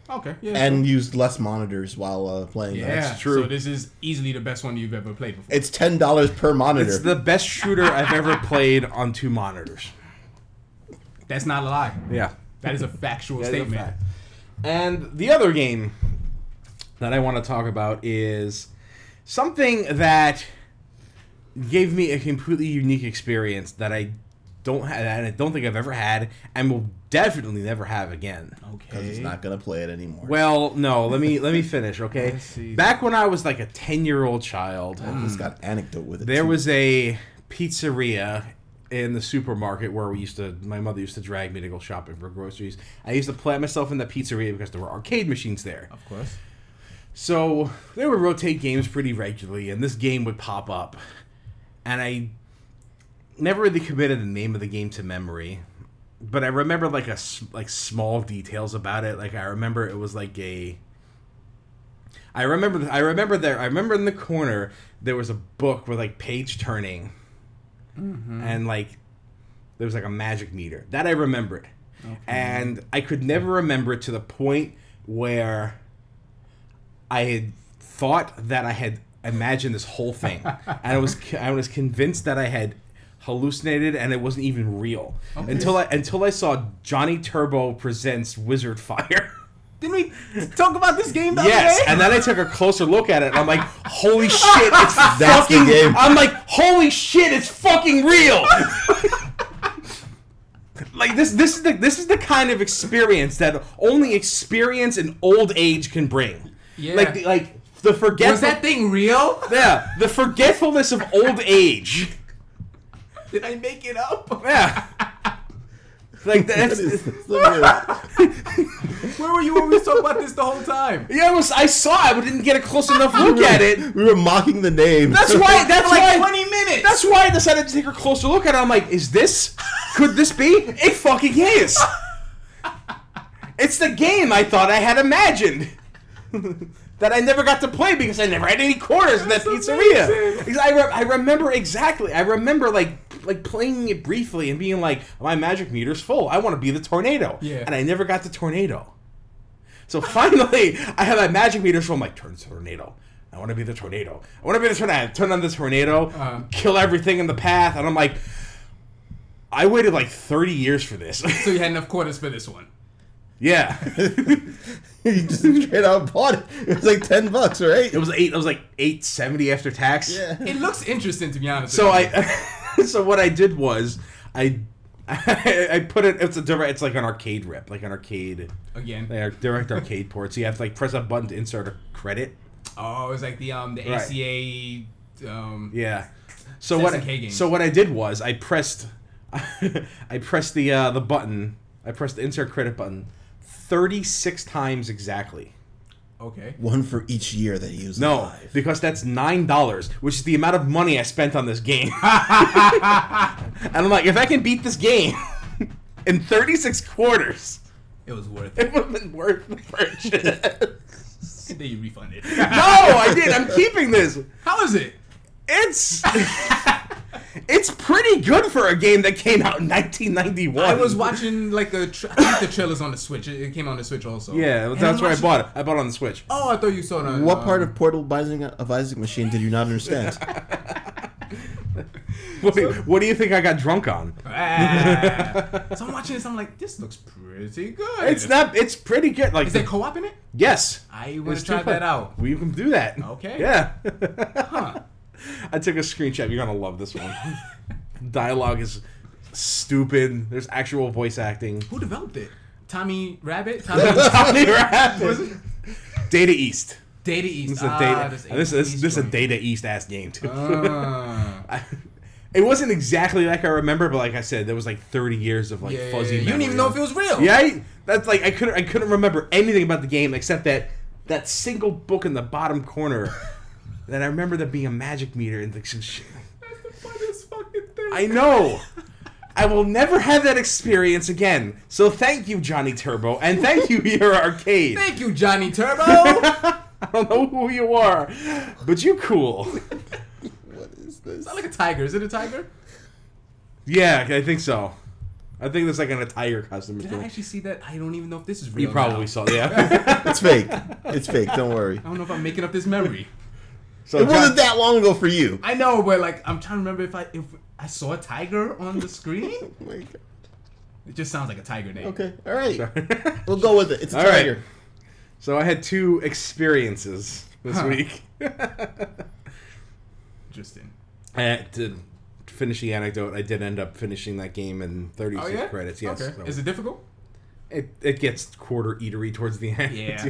B: Okay. Yeah.
A: and used less monitors while uh, playing.
B: yeah.
A: that.
C: true.
B: So this is easily the best one you've ever played before.
A: It's ten dollars per monitor.
C: It's the best shooter I've ever played on two monitors.
B: That's not a lie.
C: Yeah.
B: That is a factual
C: That is a
B: statement.
C: fact. And the other game that I want to talk about is something that gave me a completely unique experience that I don't have and I don't think I've ever had and will definitely never have again.
B: Okay.
A: Because it's not gonna play it anymore.
C: Well, no, let me let me finish, okay?
B: Let's see. Oh.
C: Back when I was like a 10-year-old child,
A: it's got anecdote with it.
C: hmm. there
A: too.
C: was a pizzeria in the supermarket where we used to my mother used to drag me to go shopping for groceries. I used to plant myself in the pizzeria because there were arcade machines there.
B: Of course.
C: So they would rotate games pretty regularly, and this game would pop up. And I never really committed the name of the game to memory, but I remember like a s- like small details about it. Like I remember it was like a. I remember. I remember there. I remember in the corner there was a book with like page turning, and like there was like a magic meter that I remembered, and I could never remember it to the point where I had thought that I had imagined this whole thing, and I was I was convinced that I had hallucinated, and it wasn't even real until I until I saw Johnny Turbo presents Wizard Fire.
B: Didn't we talk about this game? The
C: Yes,
B: Other day?
C: and then I took a closer look at it, and I'm like, "Holy shit, it's
A: That's the
C: fucking!"
A: game.
C: I'm like, "Holy shit, it's fucking real!" like this, this is the this is the kind of experience that only experience and old age can bring.
B: Yeah.
C: Like, the, like the forgetful.
B: Was that thing real?
C: Yeah, the forgetfulness of old age.
B: Did I make it up?
C: Yeah. Like that's
B: Where were you when we were talking about this the whole time?
C: yeah. I, was, I saw it, but didn't get a close enough look at it.
A: We were mocking the name.
C: That's why. That's
B: For like
C: why.
B: 20 minutes.
C: That's why I decided to take a closer look at it. I'm like, is this? Could this be? It fucking is. It's the game I thought I had imagined that I never got to play because I never had any quarters in that
B: That's
C: pizzeria.
B: amazing.
C: Because I, re- I remember exactly. I remember like like playing it briefly and being like, my magic meter's full. I want to be the tornado.
B: Yeah.
C: And I never got the tornado. So finally, I have my magic meter, so I'm like, turn to tornado. I want to be the tornado. I want to be the tornado. Turn on the tornado,
B: Uh-huh.
C: kill everything in the path, and I'm like, I waited like 30 years for this.
B: So you had enough quarters for this one.
C: yeah,
A: you just straight out bought it. It was like ten bucks, right?
C: it was eight. It was like 870 after tax.
A: Yeah.
B: It looks interesting to be honest.
C: So
B: with you.
C: I, so what I did was I, I, put it. It's a direct. It's like an arcade rip, like an arcade,
B: again.
C: like a direct arcade port. So you have to like press a button to insert a credit.
B: Oh, it was like the um the
C: Right.
B: ACA um
C: Yeah. So
B: It's
C: what?
B: SNK
C: I,
B: games.
C: so what I did was I pressed, I pressed the uh, the button. I pressed the insert credit button, thirty six times exactly.
B: okay.
A: One for each year that he was
C: No,
A: alive.
C: because that's nine dollars, which is the amount of money I spent on this game. and I'm like, if I can beat this game in thirty six quarters,
B: It was worth it.
C: it would have been worth the purchase.
B: then you refunded.
C: no, I did. I'm keeping this.
B: How is it?
C: It's it's pretty good for a game that came out in 1991.
B: I was watching like a tra- I think the trailers on the Switch. It it came out on the Switch also.
C: Yeah,
B: And
C: that's
B: I'm
C: where I
B: watching-
C: bought it. I bought it on the Switch.
B: Oh, I thought you saw that.
A: What part of Portal of Isaac, of Isaac Machine did you not understand?
C: What, do you- what do you think I got drunk on?
B: Ah. so I'm watching this. I'm like, this looks pretty good.
C: It's not. It's pretty good. Like
B: Is there co-op in it?
C: yes,
B: I want
C: It's
B: to try
C: two pla-
B: that out.
C: We can do that.
B: Okay.
C: Yeah.
B: Huh?
C: I took a screenshot. You're gonna love this one. Dialogue is stupid. There's actual voice acting.
B: Who developed it? Tommy Rabbit. Tommy
C: Tommy Rapp. Data East.
B: Data East.
C: This is a
B: Ah,
C: data.
B: this
C: this is
B: East
C: this is a
B: joint.
C: data East ass game too.
B: Ah.
C: it wasn't exactly like I remember, but like I said, there was like 30 years of like
B: yeah, yeah, yeah.
C: fuzzy.
B: You didn't even know if it was real.
C: Yeah, I, that's like I couldn't I couldn't remember anything about the game except that that single book in the bottom corner. that I remember there being a magic meter and like some shit.
B: That's the funniest fucking thing.
C: I know. I will never have that experience again. So thank you, Johnny Turbo, and thank you, your arcade.
B: Thank you, Johnny Turbo.
C: I don't know who you are, but you cool.
A: what is this?
B: Not like a tiger. Is it a tiger?
C: Yeah, I think so. I think that's like an attire costume. or
B: Did I
C: something.
B: actually see that? I don't even know if this is real.
C: You probably
B: now.
C: saw, yeah.
A: It's fake. It's fake. Don't worry.
B: I don't know if I'm making up this memory.
C: so
A: It wasn't
C: John-
A: that long ago for you.
B: I know, but like I'm trying to remember if I if I saw a tiger on the screen.
A: Oh my God.
B: It just sounds like a tiger name.
A: Okay. All right. We'll go with it. It's a
C: All right.
A: tiger.
C: So I had two experiences this
B: Huh.
C: week.
B: Interesting.
C: I to finish the anecdote, I did end up finishing that game in 36 credits. Yes.
B: Oh, Okay.
C: so
B: Is it difficult?
C: it it gets quarter eatery towards the end.
B: Yeah.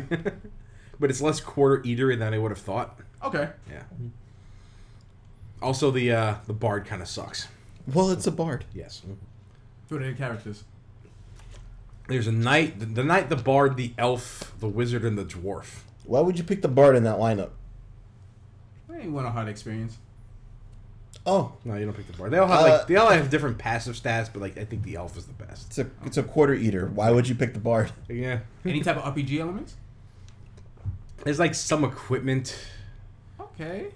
C: but it's less quarter eatery than I would have thought.
B: Okay.
C: Yeah.
B: Mm-hmm.
C: Also, the uh, the bard kind of sucks.
A: Well, it's a bard.
C: Yes.
B: Who are the characters?
C: There's a knight, the, the knight, the bard, the elf, the wizard, and the dwarf.
A: Why would you pick the bard in that lineup?
B: I ain't want a hard experience.
A: Oh,
C: No, you don't pick the bard. They all have
A: Uh,
C: like they all have different passive stats, but like I think the elf is the best.
A: it's a it's a quarter eater. Why would you pick the bard?
C: Yeah.
B: Any type of RPG elements?
C: There's like some equipment
B: Okay.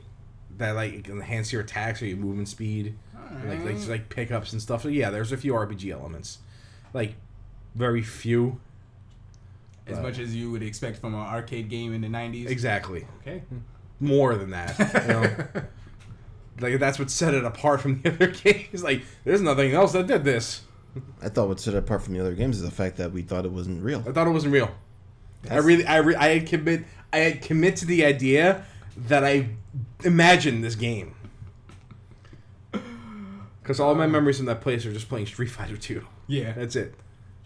C: that like can enhance your attacks or your movement speed,
B: Alright.
C: like like just, like pickups and stuff. So yeah, there's a few RPG elements, like very few
B: as much as you would expect from an arcade game in the '90s.
C: exactly. Hmm.
B: Okay.
C: More than that, you know? like that's what set it apart from the other games. Like there's nothing else that did this.
A: I thought what set it apart from the other games is the fact that we thought it wasn't real.
C: I thought it wasn't real. I really, I, re- I had commit, I had commit to the idea that I imagined this game. Because all my memories from that place are just playing Street Fighter Two.
B: yeah.
C: That's it.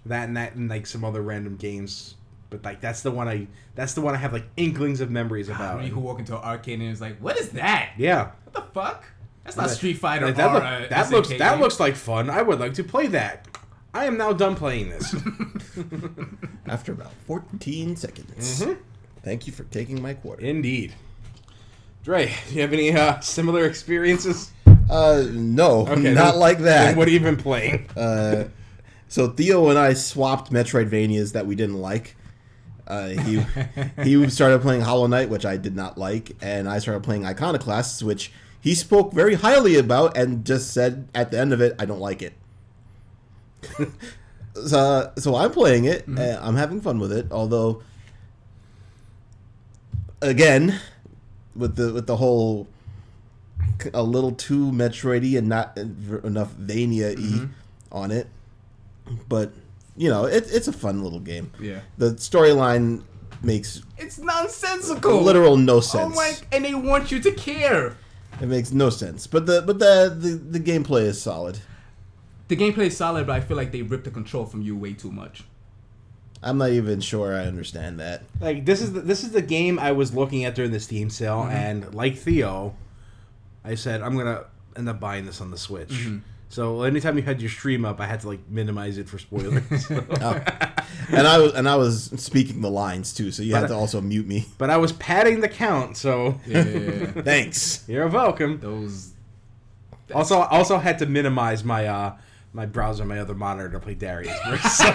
C: That and that and like some other random games but like that's the one I that's the one I have like inklings of memories about.
B: Somebody who walk into an arcade and is like, "What is that?
C: yeah,
B: What the fuck? That's not Street Fighter
C: Like,
B: or
C: that, look-
B: a
C: that looks
B: SNK
C: that
B: game."
C: looks like fun. I would like to play that. I am now done playing this.
A: After about 14 seconds.
C: Mm-hmm.
A: Thank you for taking my quarter.
C: Indeed. Dre, do you have any uh, similar experiences?
A: Uh, no, not
C: then-
A: like
C: Then
A: that.
C: what have you been playing?
A: Uh, so Theo and I swapped Metroidvanias that we didn't like. Uh, he he started playing Hollow Knight, which I did not like, and I started playing Iconoclasts, which he spoke very highly about, and just said at the end of it, "I don't like it." so so I'm playing it. and I'm having fun with it, although again with the with the whole c- a little too Metroidy and not en- enough Vania y on it. But you know, it, it's a fun little game.
B: Yeah.
A: The storyline makes
B: It's nonsensical.
A: literal no
B: Oh
A: sense.
B: my! And they want you to care.
A: It makes no sense. But the but the, the the gameplay is solid.
B: The gameplay is solid, but I feel like they ripped the control from you way too much.
A: I'm not even sure I understand that.
C: Like this is the, this is the game I was looking at during the Steam sale, and like Theo, I said I'm gonna end up buying this on the Switch. So anytime you had your stream up, I had to like minimize it for spoilers. Oh.
A: And I was and I was speaking the lines too, so you had to also mute me.
C: but I was padding the count, so
B: Yeah.
A: Thanks.
C: you're welcome.
B: Those.
C: Also, also had to minimize my uh my browser, my other monitor to play Darius. Because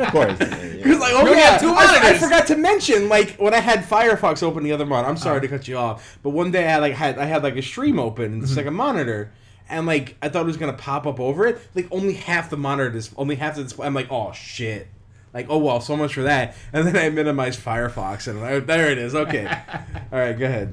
A: Of course.
C: like, oh
B: You only
C: yeah,
B: have two
C: I, I
B: monitors.
C: forgot to mention like when I had Firefox open the other monitor. I'm sorry to cut you off, but one day I like had I had like a stream open, the second monitor. And like I thought it was gonna pop up over it, like only half the monitor, dis- only half the display. I'm like, oh shit, like oh well, so much for that. And then I minimized Firefox, and I'm like, there it is. Okay, all right, go ahead.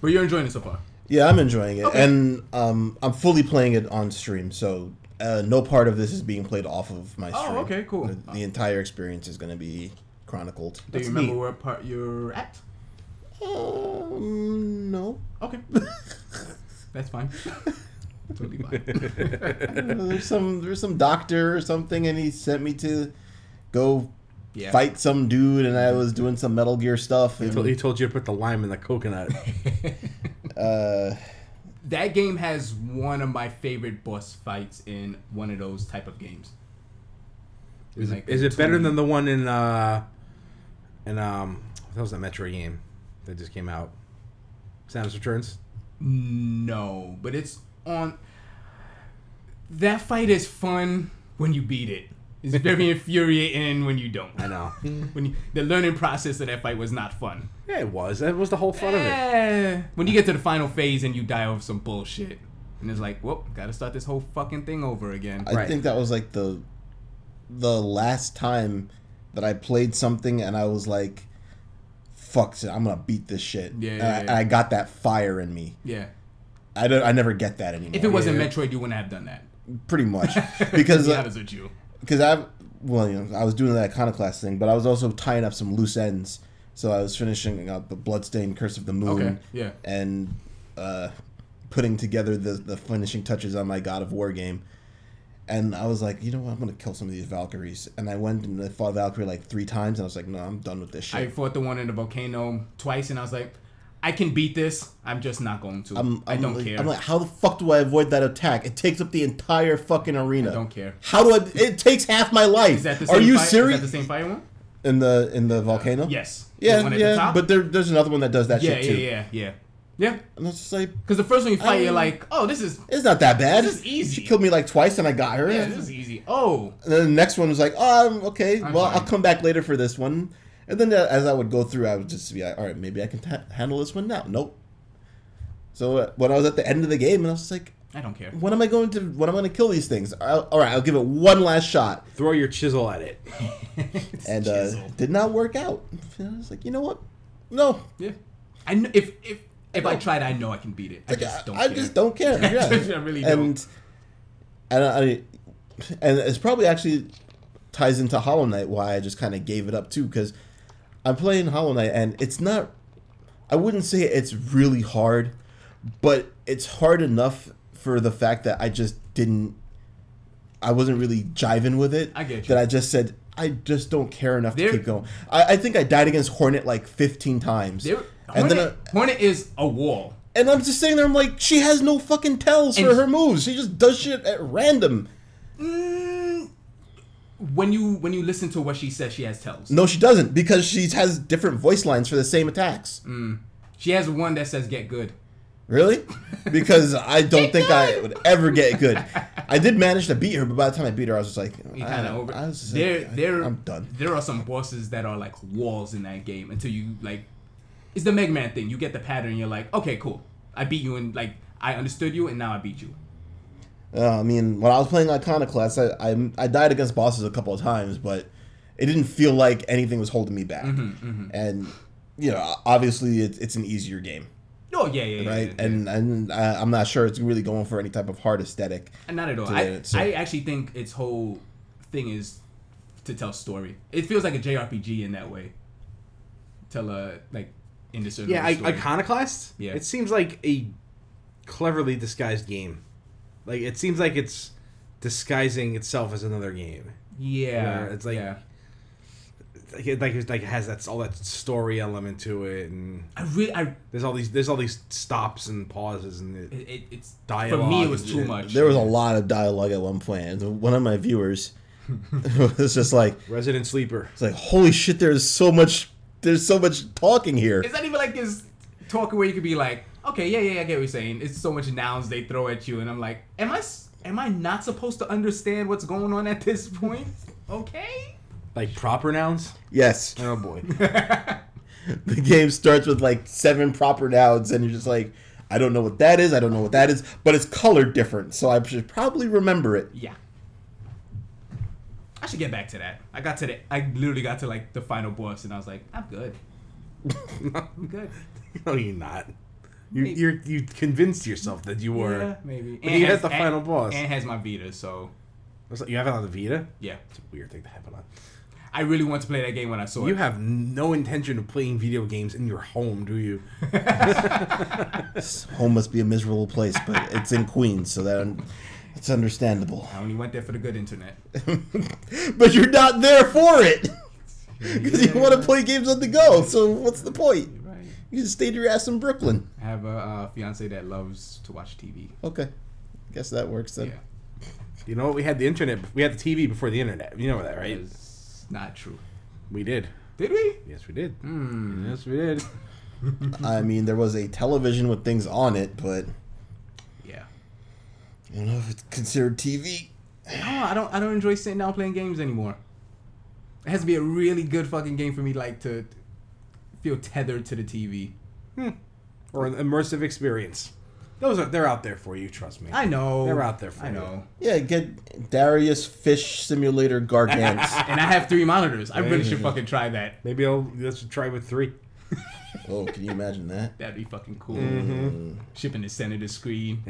B: But you're enjoying it so far.
A: Yeah, I'm enjoying it, and um, I'm fully playing it on stream. So uh, no part of this is being played off of my
B: Oh,
A: stream.
B: okay, cool.
A: The, the entire experience is going to be chronicled.
B: Do
C: That's
B: you remember
C: neat.
B: where part you're at?
A: Um, no,
B: Okay. That's fine. totally fine.
A: there's some there's some doctor or something, and he sent me to go
B: Yeah.
A: fight some dude, and I was doing some Metal Gear stuff.
C: He told-
A: And,
C: he told you to put the lime in the coconut.
A: uh,
B: That game has one of my favorite boss fights in one of those type of games.
C: Is,
B: Like
C: it, is it better
B: between-
C: than the one in uh in um what was that Metro game that just came out? Samus Returns.
B: No, but it's on. That fight is fun when you beat it. It's very infuriating when you don't.
C: I know.
B: When you, the learning process of that fight was not fun.
C: yeah, it was. That was the whole fun of it.
B: Eh, When you get to the final phase and you die over some bullshit, and it's like, whoop, gotta start this whole fucking thing over again.
A: I
C: Right.
A: think that was like the the last time that I played something and I was like, "Fuck it, I'm gonna beat this shit."
B: Yeah,
A: and
B: yeah,
A: I,
B: yeah.
A: and I got that fire in me.
B: yeah.
A: I don't. I never get that anymore.
B: If it wasn't
C: Yeah.
B: Metroid, you wouldn't have done that.
A: pretty much because
B: To be honest with you.
A: because I well you know, I was doing that iconoclast thing, but I was also tying up some loose ends. So I was finishing up the Bloodstained Curse of the Moon.
B: Okay, yeah.
A: And uh, putting together the the finishing touches on my God of War game. And I was like, you know what? I'm gonna kill some of these Valkyries. And I went and I fought Valkyrie like three times, and I was like, no, I'm done with this
B: I
A: shit.
B: fought the one in the volcano twice, and I was like, I can beat this. I'm just not going to. I'm,
A: I'm-
B: I
A: Um, I'm
B: do not
A: like,
B: care.
A: I'm like, how the fuck do I avoid that attack? It takes up the entire fucking arena.
B: I don't care.
A: How do I? It takes half my life.
B: is that the
A: Are
B: same
A: you
B: fight?
A: serious?
B: Is that the same fire one?
A: in the in the volcano?
B: Yes. The
A: Yeah,
B: one at the
A: yeah.
B: top?
A: But there, there's another one that does that
B: yeah,
A: shit too.
B: yeah, yeah, yeah, yeah.
A: And I was just like,
B: Because the first one you fight, you're
A: mean-
B: like, oh, this is
A: it's not that bad.
B: This is easy.
A: She killed me like twice, and I got her.
B: yeah, this is easy. Oh,
A: and then the next one was like, oh, I'm- okay.
B: I'm
A: well,
B: fine.
A: I'll come back later for this one. And then uh, as I would go through, I would just be like, all right, maybe I can ta handle this one now. Nope. So uh, when I was at the end of the game, and I was just like,
B: I don't care.
A: when am I going to? When am I going to kill these things? I'll, all right, I'll give it one last shot.
C: Throw your chisel at it.
B: It's
A: And uh,
B: chiseled.
A: did not work out. And I was like, you know what? No,
B: yeah, I know if if if I tried, I know I can beat it. I
A: Like,
B: just don't.
A: I
B: care.
A: just don't care. Yeah.
B: I really
A: And and I and it's probably actually ties into Hollow Knight why I just kind of gave it up too because I'm playing Hollow Knight and it's not. I wouldn't say it's really hard, but it's hard enough for the fact that I just didn't. I wasn't really jiving with it.
B: I get you.
A: That I just said I just don't care enough
B: There-
A: to keep going. I, I think I died against Hornet like 15 times.
B: There-
A: and
B: Hornet,
A: then I,
B: Hornet is a wall.
A: and I'm just sitting there. I'm like, she has no fucking tells for
B: And-
A: her moves. She just does shit at random.
B: Mm, when you when you listen to what she says, she has tells.
A: No, she doesn't because she has different voice lines for the same attacks.
B: Mm. She has one that says "get good."
A: Really? Because I don't think I would ever get good. I did manage to beat her, but by the time I beat her, I was just like,
B: You
A: I-
B: kind of over.
A: Uh, I was just
B: there,
A: like, I-
B: there.
A: I'm done.
B: There are some bosses that are like walls in that game until you like. It's the Mega Man thing. You get the pattern. You're like, okay, cool. I beat you, and like I understood you, and now I beat you.
A: Uh, I mean, when I was playing Iconoclast, I, I I died against bosses a couple of times, but it didn't feel like anything was holding me back.
B: Mm-hmm,
A: And you know, obviously, it, it's an easier game,
B: Oh yeah, yeah, yeah,
A: right?
B: yeah, yeah.
A: And and I, I'm not sure it's really going for any type of hard aesthetic.
B: Not at all.
A: to
B: I,
A: it, so-
B: I actually think its whole thing is to tell story. It feels like a JRPG in that way. Tell a like indiscernible
C: Yeah, I,
B: story.
C: Iconoclast.
B: Yeah.
C: it seems like a cleverly disguised game. Like it seems like it's disguising itself as another game.
B: yeah,
C: where it's like-
B: yeah.
C: Like it, like, it, like it has that all that story element to it, and
B: I really, I
C: there's all these there's all these stops and pauses and it,
B: it, it- it's for me
C: Dialogue
B: it was
C: and
B: too
C: shit.
B: much.
A: There was a lot of dialogue at one point, and one of my viewers was just like,
C: Resident Sleeper.
A: It's like, holy shit, there's so much there's so much talking here.
B: It's not even like this talking where you could be like, okay, yeah, yeah, yeah, I get what you're saying. It's so much nouns they throw at you, and I'm like, am I s- am I not supposed to understand what's going on at this point? Okay.
C: Like proper nouns.
A: Yes.
C: Oh boy.
A: The game starts with like seven proper nouns and you're just like, I don't know what that is, I don't know what that is, but it's colored different, so I should probably remember it.
B: Yeah. I should get back to that. I got to the I literally got to like the final boss and I was like, I'm good. I'm good.
C: no, you're not. You
B: Maybe.
C: you're, you convinced yourself that you were.
B: yeah, maybe.
C: But you had the final boss.
B: And has my Vita, so
C: It's like- You have it on the Vita.
B: yeah.
C: It's a weird thing to have it on.
B: I really want to play that game when I saw
C: You
B: it.
C: have no intention of playing video games in your home, do you?
A: This home must be a miserable place, but it's in Queens, so that it's understandable.
B: I only went there for the good internet.
A: But you're not there for it. Because you want to play games on the go, so what's the point?
B: Right.
A: You just stayed your ass in Brooklyn.
B: I have a uh, fiance that loves to watch TV.
A: Okay. Guess that works then.
B: Yeah,
C: You know, we had the internet. We had the TV before the internet. You know that, right?
B: it's not true.
C: We did.
B: Did we?
C: Yes, we did.
B: Hmm.
C: Yes, we did.
A: I mean, there was a television with things on it, but
B: Yeah.
A: I don't know if it's considered TV.
B: No, I don't. I don't enjoy sitting down playing games anymore. It has to be a really good fucking game for me, like to feel tethered to the TV.
C: Or an immersive experience. Those are they're out there for you. Trust me.
B: I know
C: They're out there for
B: I
C: you.
B: know,
A: Yeah, get Darius Fish Simulator Gargants.
B: and I have three monitors. I really should
A: Mhm.
B: fucking try that.
C: Maybe I'll let's try with three.
A: oh, can you imagine that?
B: That'd be fucking cool.
C: Mm-hmm.
B: Shipping the senator screen.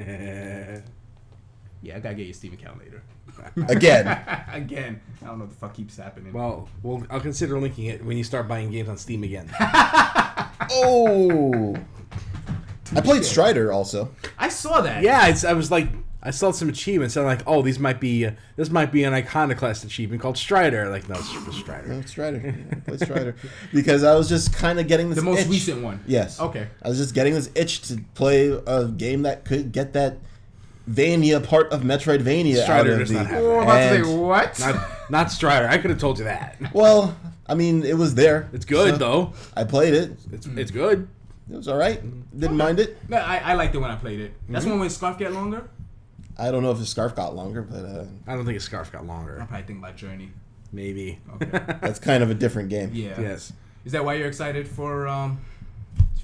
B: Yeah, I gotta get you Steven Count later.
A: Again,
B: Again, I don't know what the fuck keeps happening.
C: well, well, I'll consider linking it when you start buying games on Steam again.
A: oh, I played Strider also.
B: I saw that.
C: yeah, it's, I was like, I saw some achievements. And I'm like, oh, these might be uh, this might be an iconoclast achievement called Strider. Like, no, it's just Strider.
A: Oh, Strider, Yeah, I played Strider because I was just kind of getting this
B: the most
A: itch.
B: recent one.
A: Yes.
B: Okay.
A: I was just getting this itch to play a game that could get that Vania part of Metroidvania
C: Strider
A: out of
C: does
A: the.
C: not have
B: Oh, I'm about to
A: and-
B: say what?
C: Not, not Strider. I could have told you that.
A: Well, I mean, it was there.
C: It's good
A: So,
C: though.
A: I played it.
C: It's
B: Hmm.
C: it's good.
A: It was all right. Didn't mind it.
B: no, I, I liked it when I played it. That's when when scarf get longer.
A: I don't know if the scarf got longer, but uh,
C: I don't think his scarf got
B: I'm
C: longer.
B: probably thinking about Journey.
C: Maybe.
B: Okay.
A: that's kind of a different game.
B: Yeah.
C: Yes.
B: Is that why you're excited for um?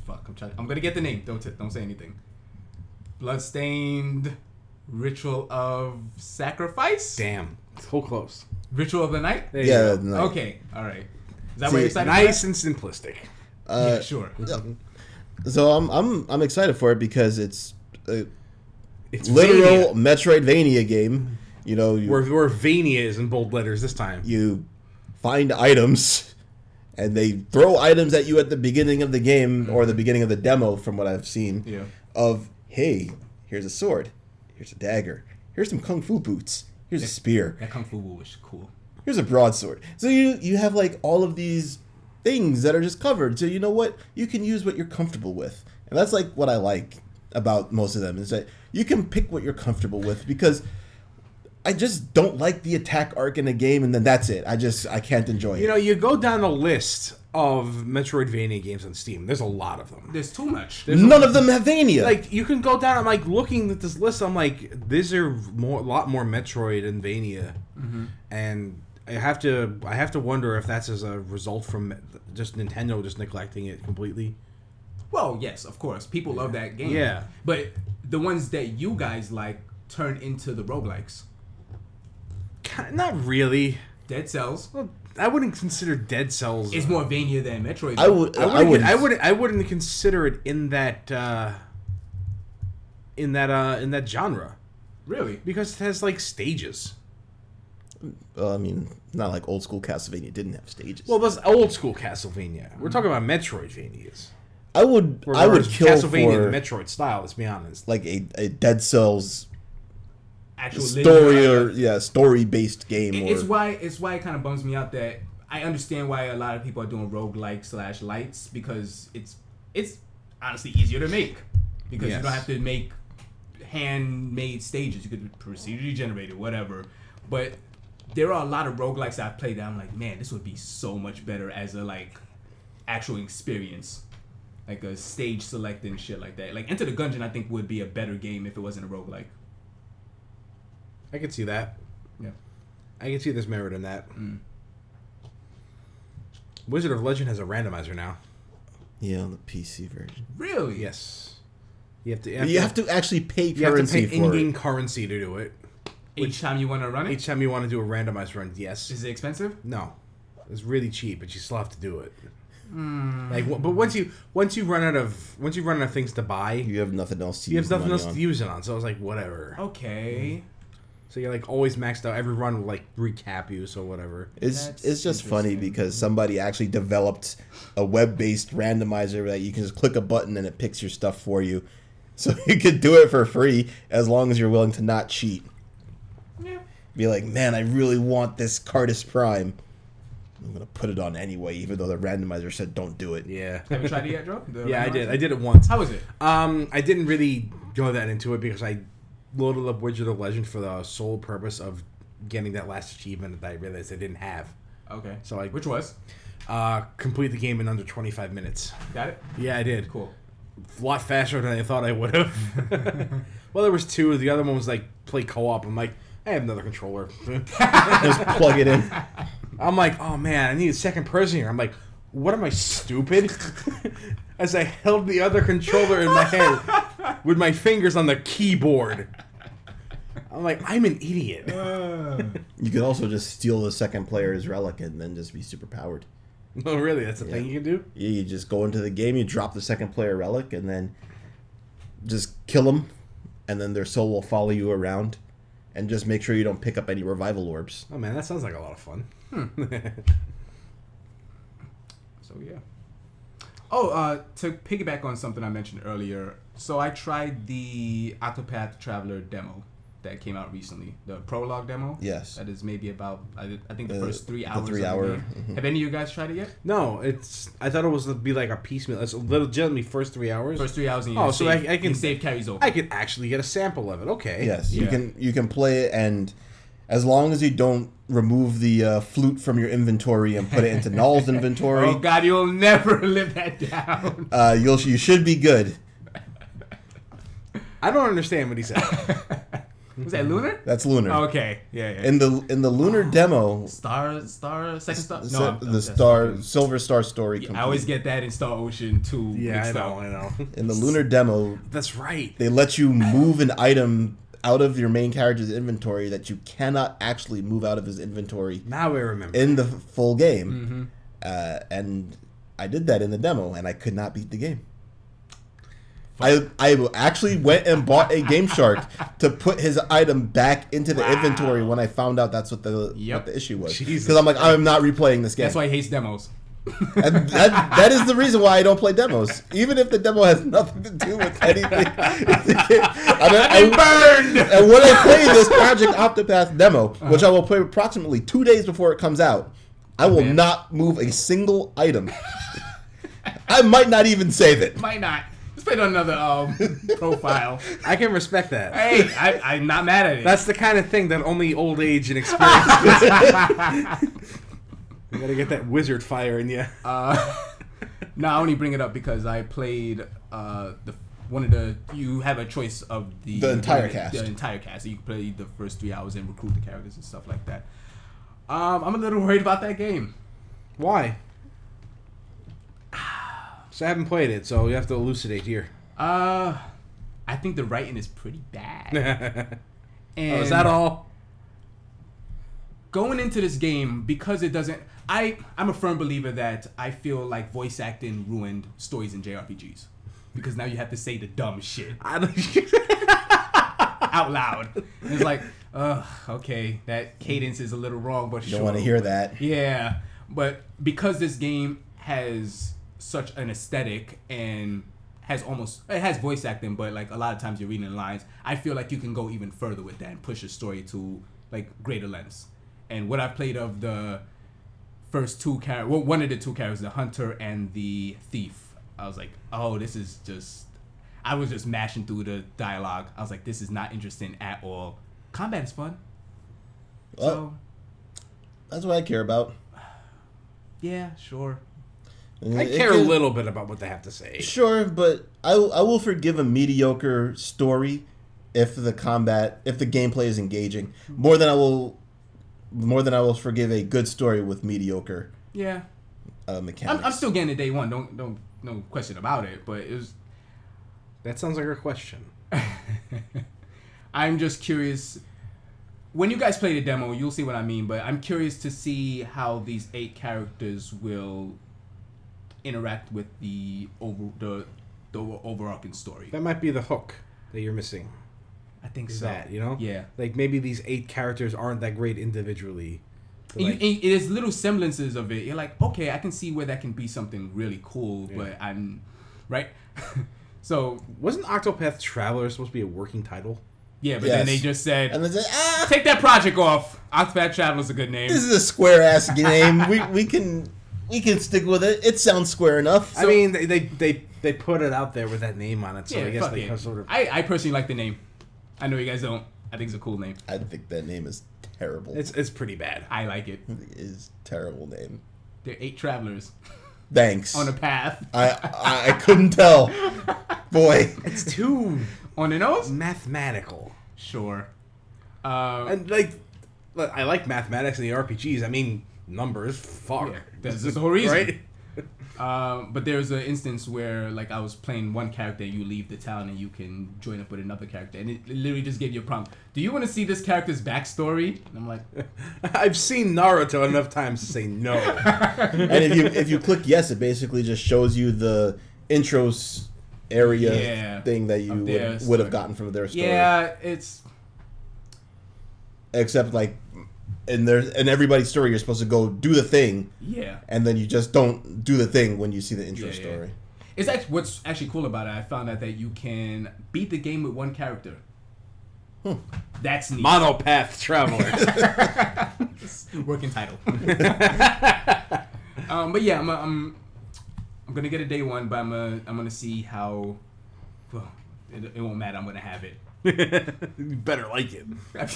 B: Fuck, I'm trying. I'm gonna get the name. Don't t- don't say anything. Bloodstained ritual of sacrifice.
C: Damn. So close.
B: Ritual of the night.
C: There
A: Yeah.
C: You go.
A: no.
B: Okay. All right. Is that why
A: See,
B: you're excited? for
C: Nice and simplistic.
B: that?
A: Uh,
B: yeah, sure.
A: So I'm I'm I'm excited for it because it's a
C: It's
A: literal
C: Vania.
A: Metroidvania game. You know, you
C: Where, where Vania is in bold letters this time.
A: you find items, and they throw items at you at the beginning of the game or the beginning of the demo, from what I've seen.
B: Yeah.
A: Of hey, here's a sword, here's a dagger, here's some kung fu boots, here's a spear.
B: That kung fu Wu was cool.
A: here's a broadsword. So you you have like all of these things that are just covered. So you know what? You can use what you're comfortable with. And that's like what I like about most of them is that you can pick what you're comfortable with because I just don't like the attack arc in a game and then that's it. I just I can't enjoy
C: You
A: it.
C: know, you go down the list of Metroidvania games on Steam. There's a lot of them.
B: There's too much.
A: None of them have Vania.
C: Like you can go down. I'm like looking at this list. I'm like, these are more, a lot more Metroid and Vania, and I have to, I have to wonder if that's as a result from just Nintendo just neglecting it completely.
B: Well, yes, of course. People love that game.
C: Yeah.
B: But the ones that you guys like turn into the roguelikes.
C: Ki- Not really.
B: Dead Cells
C: Well, I wouldn't consider Dead Cells.
B: is more Vania than Metroid.
A: I would uh,
C: I
A: I
C: wouldn't,
A: would
C: I wouldn't. I wouldn't consider it in that. Uh, in that. Uh, in that genre,
B: Really?
C: because it has like stages.
A: well, I mean, not like old school Castlevania didn't have stages.
C: Well, that's old school Castlevania. We're talking about Metroidvanias.
A: I would
C: Or
A: I would
C: or
A: kill for
C: Castlevania and Metroid style. Let's be honest.
A: like a, a Dead Cells
B: Actual
A: story
B: linear-
A: or yeah story based game
B: It-
A: or
B: It's why it's why it kind of bums me out that I understand why a lot of people are doing roguelike slash lights because it's it's honestly easier to make because you don't
C: Yes.
B: have to make handmade stages. You could procedurally generate it, whatever. But there are a lot of roguelikes I've played that I'm like, man, this would be so much better as a like actual experience. Like a stage select and shit like that. Like Enter the Gungeon I think would be a better game if it wasn't a roguelike.
C: I can see that.
B: Yeah.
C: I can see there's merit in that. Wizard of Legend has a randomizer now.
A: yeah on the PC version.
B: Really?
C: Yes. You have to. You
A: But
C: have,
A: you
C: to,
A: have to actually pay
C: you have to
A: currency
C: pay
A: for
C: in-game
A: it.
C: currency to do it.
B: Each time you want to run it?
C: Each time you want to do a randomized run, yes.
B: Is it expensive?
C: No, it's really cheap, but you still have to do it. Like, wh- but once you once you run out of once you run out of things to buy, you
A: You have nothing else to
C: have
A: use
C: nothing
A: money
C: else
A: on.
C: to use it on. So I was like, whatever.
B: Okay.
C: So you're like always maxed out. Every run will like recap you, so whatever.
A: It's
B: That's
A: it's just funny
B: interesting.
A: because somebody actually developed a web based randomizer that you can just click a button and it picks your stuff for you. So you could do it for free as long as you're willing to not cheat.
B: Mm-hmm. Yeah.
A: Be like, man, I really want this Cardis Prime. I'm gonna put it on anyway, even though the randomizer said don't do it.
C: Yeah.
B: Have you tried it yet, Joe? The
C: yeah, I
B: randomizer?
C: did. I did it once.
B: How was it?
C: Um, I didn't really go that into it because I loaded up Wizard of Legend for the sole purpose of getting that last achievement that I realized I didn't have.
B: Okay.
C: So I
B: Which was?
C: uh, complete the game in under 25 minutes.
B: Got it?
C: Yeah, I did.
B: Cool.
C: A lot faster than I thought I would have. well, there was two. The other one was like play co-op. I'm like, I have another controller.
A: Just plug it in.
C: I'm like, oh man, I need a second person here. I'm like, what am I stupid? As I held the other controller in my hand with my fingers on the keyboard. I'm like, I'm an idiot. Uh.
A: You could also just steal the second player's relic and then just be super powered.
C: no, really, that's a thing you can do.
A: You, you just go into the game, you drop the second player relic, and then just kill them, and then their soul will follow you around, and just make sure you don't pick up any revival orbs.
C: Oh man, that sounds like a lot of fun.
B: So yeah. Oh, uh, to piggyback on something I mentioned earlier, so I tried the Octopath Traveler demo that came out recently, the prologue demo.
A: Yes.
B: That is maybe about I, I think the
A: Uh,
B: first three
A: the
B: hours.
A: three
B: of
A: hour-
B: game.
C: mm-hmm.
B: Have any of you guys tried it yet?
C: No, it's. I thought it was to be like a piecemeal. It's legitimately first three hours.
B: First three hours. And
C: Oh,
B: your
C: so
B: save-
C: I- I can-
B: your save carries over.
C: I could actually get a sample of it. Okay.
A: Yes, you
B: Yeah.
A: can you can play it, and as long as you don't remove the uh, flute from your inventory and put it into Null's inventory,
B: oh God, you'll never live that down.
A: uh, you'll you should be good.
C: I don't understand what he said.
B: Was that Lunar?
A: That's Lunar.
B: Oh, Okay. Yeah. Yeah.
A: In the in the Lunar demo,
B: Star, Star, second star.
A: se-
B: No,
A: the Star Silver Star story.
B: I always get that in Star Ocean too.
C: yeah, I
B: mixed
C: know.
B: up.
C: I know.
A: in the Lunar demo,
C: That's right.
A: they let you move an item out of your main character's inventory that you cannot actually move out of his inventory
C: Now I remember.
A: in the full game. Uh, and I did that in the demo, and I could not beat the game. I, I actually went and bought a Game Shark to put his item back into the inventory when I found out that's what the
B: Yep.
A: what the issue was.
C: Jesus
A: Because I'm like, I'm not replaying this game.
B: That's why he hates demos.
A: And that, that is the reason why I don't play demos, even if the demo has nothing to do with anything. I mean,
B: burned.
A: and when I play this Project Optopath demo, which I will play approximately two days before it comes out, I will
B: man.
A: not move a single item. I might not even save it.
B: Might not. Let's put another um, profile.
C: I can respect that.
B: hey, I, I'm not mad at it.
C: That's the kind of thing that only old age and experience. you gotta get that wizard fire in you.
B: Uh, no, I only bring it up because I played uh, the one of the. You have a choice of the
A: The entire cast.
B: The entire cast. So you can play the first three hours and recruit the characters and stuff like that. Um, I'm a little worried about that game.
C: Why? So I haven't played it, so you have to elucidate here.
B: Uh, I think the writing is pretty bad. And
C: Oh, is that all?
B: going into this game because it doesn't I I'm a firm believer that I feel like voice acting ruined stories in JRPGs because now you have to say the dumb shit
C: I don't-
B: out loud. And it's like, uh, okay, that cadence is a little wrong, but
A: You
B: sure.
A: don't want to hear that.
B: Yeah, but because this game has such an aesthetic and has almost it has voice acting, but like a lot of times you're reading the lines. I feel like you can go even further with that and push the story to like greater lengths. And what I've played of the first two characters, well, one of the two characters, the hunter and the thief. I was like, oh, this is just. I was just mashing through the dialogue. I was like, this is not interesting at all. Combat is fun.
A: Well,
B: So,
A: that's what I care about.
B: yeah, sure.
C: I
A: It
C: care a
A: can-
C: little bit about what they have to say.
A: Sure, but I, I will forgive a mediocre story if the combat if the gameplay is engaging more than I will more than I will forgive a good story with mediocre
B: Yeah.
A: uh, mechanics.
B: I'm, I'm still getting it day one. Don't don't no question about it. But it was,
C: That sounds like a question.
B: I'm just curious. When you guys play the demo, you'll see what I mean. But I'm curious to see how these eight characters will interact with the over the the overarching story.
C: That might be the hook that you're missing.
B: I think
C: Is
B: so.
C: that you know?
B: Yeah.
C: Like maybe these eight characters aren't that great individually. but,
B: And you-
C: like-
B: and there's little semblances of it. You're like, okay, I can see where that can be something really cool, but I'm right. so
C: wasn't Octopath Traveler supposed to be a working title?
B: yeah, but then
A: Yes.
B: they just said,
A: and then say, ah,
B: take that project off. Octopath Traveler's a good name.
A: this is a square ass game. We we can we can stick with it. It sounds square enough.
C: I mean, they, they they they put it out there with that name on it, so I guess
B: fuck
C: they
B: it.
C: kind of sort of.
B: I, I personally like the name. I know you guys don't. I think it's a cool name.
A: I think that name is terrible.
C: It's it's pretty bad.
B: I like it.
A: It is terrible name.
B: They're eight travelers
A: Thanks.
B: on a
A: I
B: path.
A: Uh, I- I couldn't tell. Boy,
C: It's too
B: on the nose?
C: mathematical.
B: Sure. Um,
C: And like, look, I like mathematics in the RPGs. I mean, numbers. Fuck.
B: Yeah, that's just the whole reason.
C: Right?
B: um, but there's an instance where, like, I was playing one character, you leave the town and you can join up with another character. And it literally just gave you a prompt. Do you want to see this character's backstory? And I'm like,
C: I've seen Naruto enough times to say no.
A: and if you if you click yes, it basically just shows you the intros area
B: Yeah.
A: thing that you
B: Of their
A: would, would
B: story.
A: have gotten from their story.
B: yeah, it's.
A: Except like in their in everybody's story, you're supposed to go do the thing,
B: Yeah.
A: and then you just don't do the thing when you see the intro
B: Yeah, yeah.
A: story.
B: It's act- what's actually cool about it. I found out that you can beat the game with one character.
A: Hmm.
B: That's neat.
C: Monopath Traveler.
B: Working title. um, but yeah, I'm, I'm I'm gonna get a day one, but I'm uh, I'm gonna see how. Well, it, it won't matter. I'm gonna have it.
C: you better like it.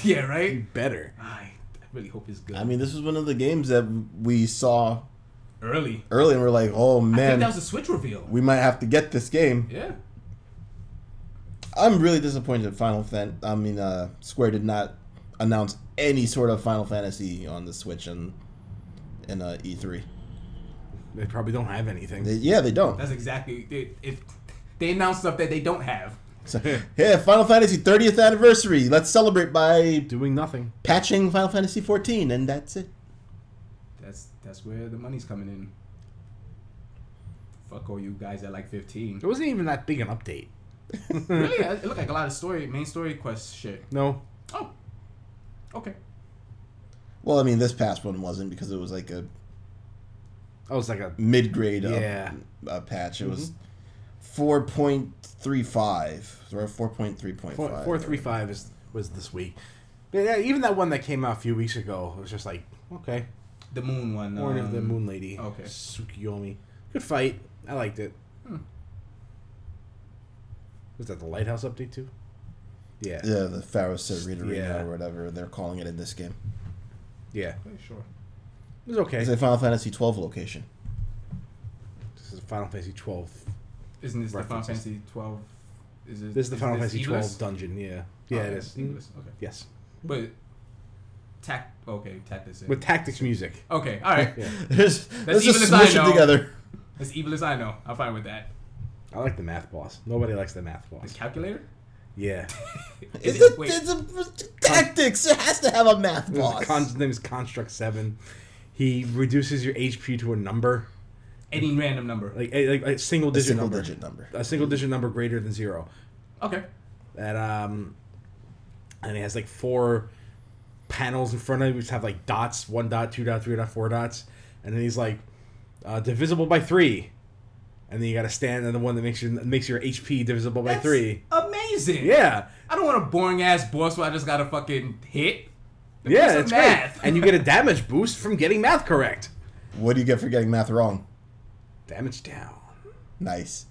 B: yeah, right.
C: Better.
B: I I really hope it's good.
A: I mean, this was one of the games that we saw
B: early.
A: early, and we're like, oh
B: I think
A: man,
B: that was a Switch reveal.
A: we might have to get this game.
B: yeah.
A: I'm really disappointed. Final Fan. I mean, uh, Square did not announce any sort of Final Fantasy on the Switch and and uh, E3.
C: They probably don't have anything.
A: They- yeah, they don't.
B: That's exactly it. If they announce stuff that they don't have.
A: So, yeah, Final Fantasy 30th anniversary. Let's celebrate by
C: Doing nothing.
A: patching Final Fantasy 14, and that's it.
B: That's that's where the money's coming in. Fuck all you guys at like 15.
C: It wasn't even that big an update.
B: really? It looked like a lot of story, main story quest shit.
C: No.
B: Oh, okay.
A: Well, I mean, this past one wasn't because it was like a
C: Oh, it's like a
A: mid grade
C: Yeah.
A: uh, uh, patch. It was four point three five or four point three point
C: four,
A: five.
C: four three five is was this week. But yeah, even that one that came out a few weeks ago it was just like okay,
B: The moon one.
C: Warren of the
B: um,
C: Moon Lady.
B: okay.
C: Tsukiyomi. Good fight. I liked it. Was that the lighthouse update too? Yeah. Yeah.
A: Yeah, the Pharaoh Severino
C: Yeah.
A: or whatever they're calling it in this game.
B: Pretty sure.
C: It was okay.
A: It's a Final Fantasy twelve location.
C: this is Final Fantasy twelve.
B: Isn't this the Final
C: References.
B: Fantasy twelve? Is it,
C: This is the Final Fantasy twelve
B: Eblis?
C: dungeon, yeah. Yeah,
B: Okay,
C: it is. Mm-hmm.
B: Eblis, Okay.
C: Yes.
B: But tact. Okay, tactics. in.
C: With tactics music.
B: okay. All right.
C: Yeah.
A: There's, let's
B: even
A: just
B: as I
A: smush it
B: know.
A: together.
B: As evil as I know, I'm fine with that.
C: I like the math boss. Nobody likes the math
B: The
C: boss.
B: calculator.
C: Yeah.
A: It's,
B: Is it-
A: a,
B: wait.
A: it's a tactics. It has to have a math
C: There's
A: boss.
C: a con- his name is Construct Seven. He reduces your HP to a number,
B: Any random number.
C: like a, like a single
A: a
C: digit
A: single
C: number,
A: digit Mm-hmm. number.
C: a single digit number greater than zero.
B: Okay.
C: That um, and it has like four panels in front of it, which have like dots, one dot, two dot, three dot, four dots, and then he's like uh, divisible by three, and then you got to stand on the one that makes your makes your HP divisible by
B: That's
C: three.
B: Amazing.
C: Yeah,
B: I don't want a boring ass boss where I just gotta fucking hit. Give me
C: yeah,
B: some
C: that's great. And you get a damage boost from getting math correct.
A: What do you get for getting math wrong?
C: Damage down.
A: Nice.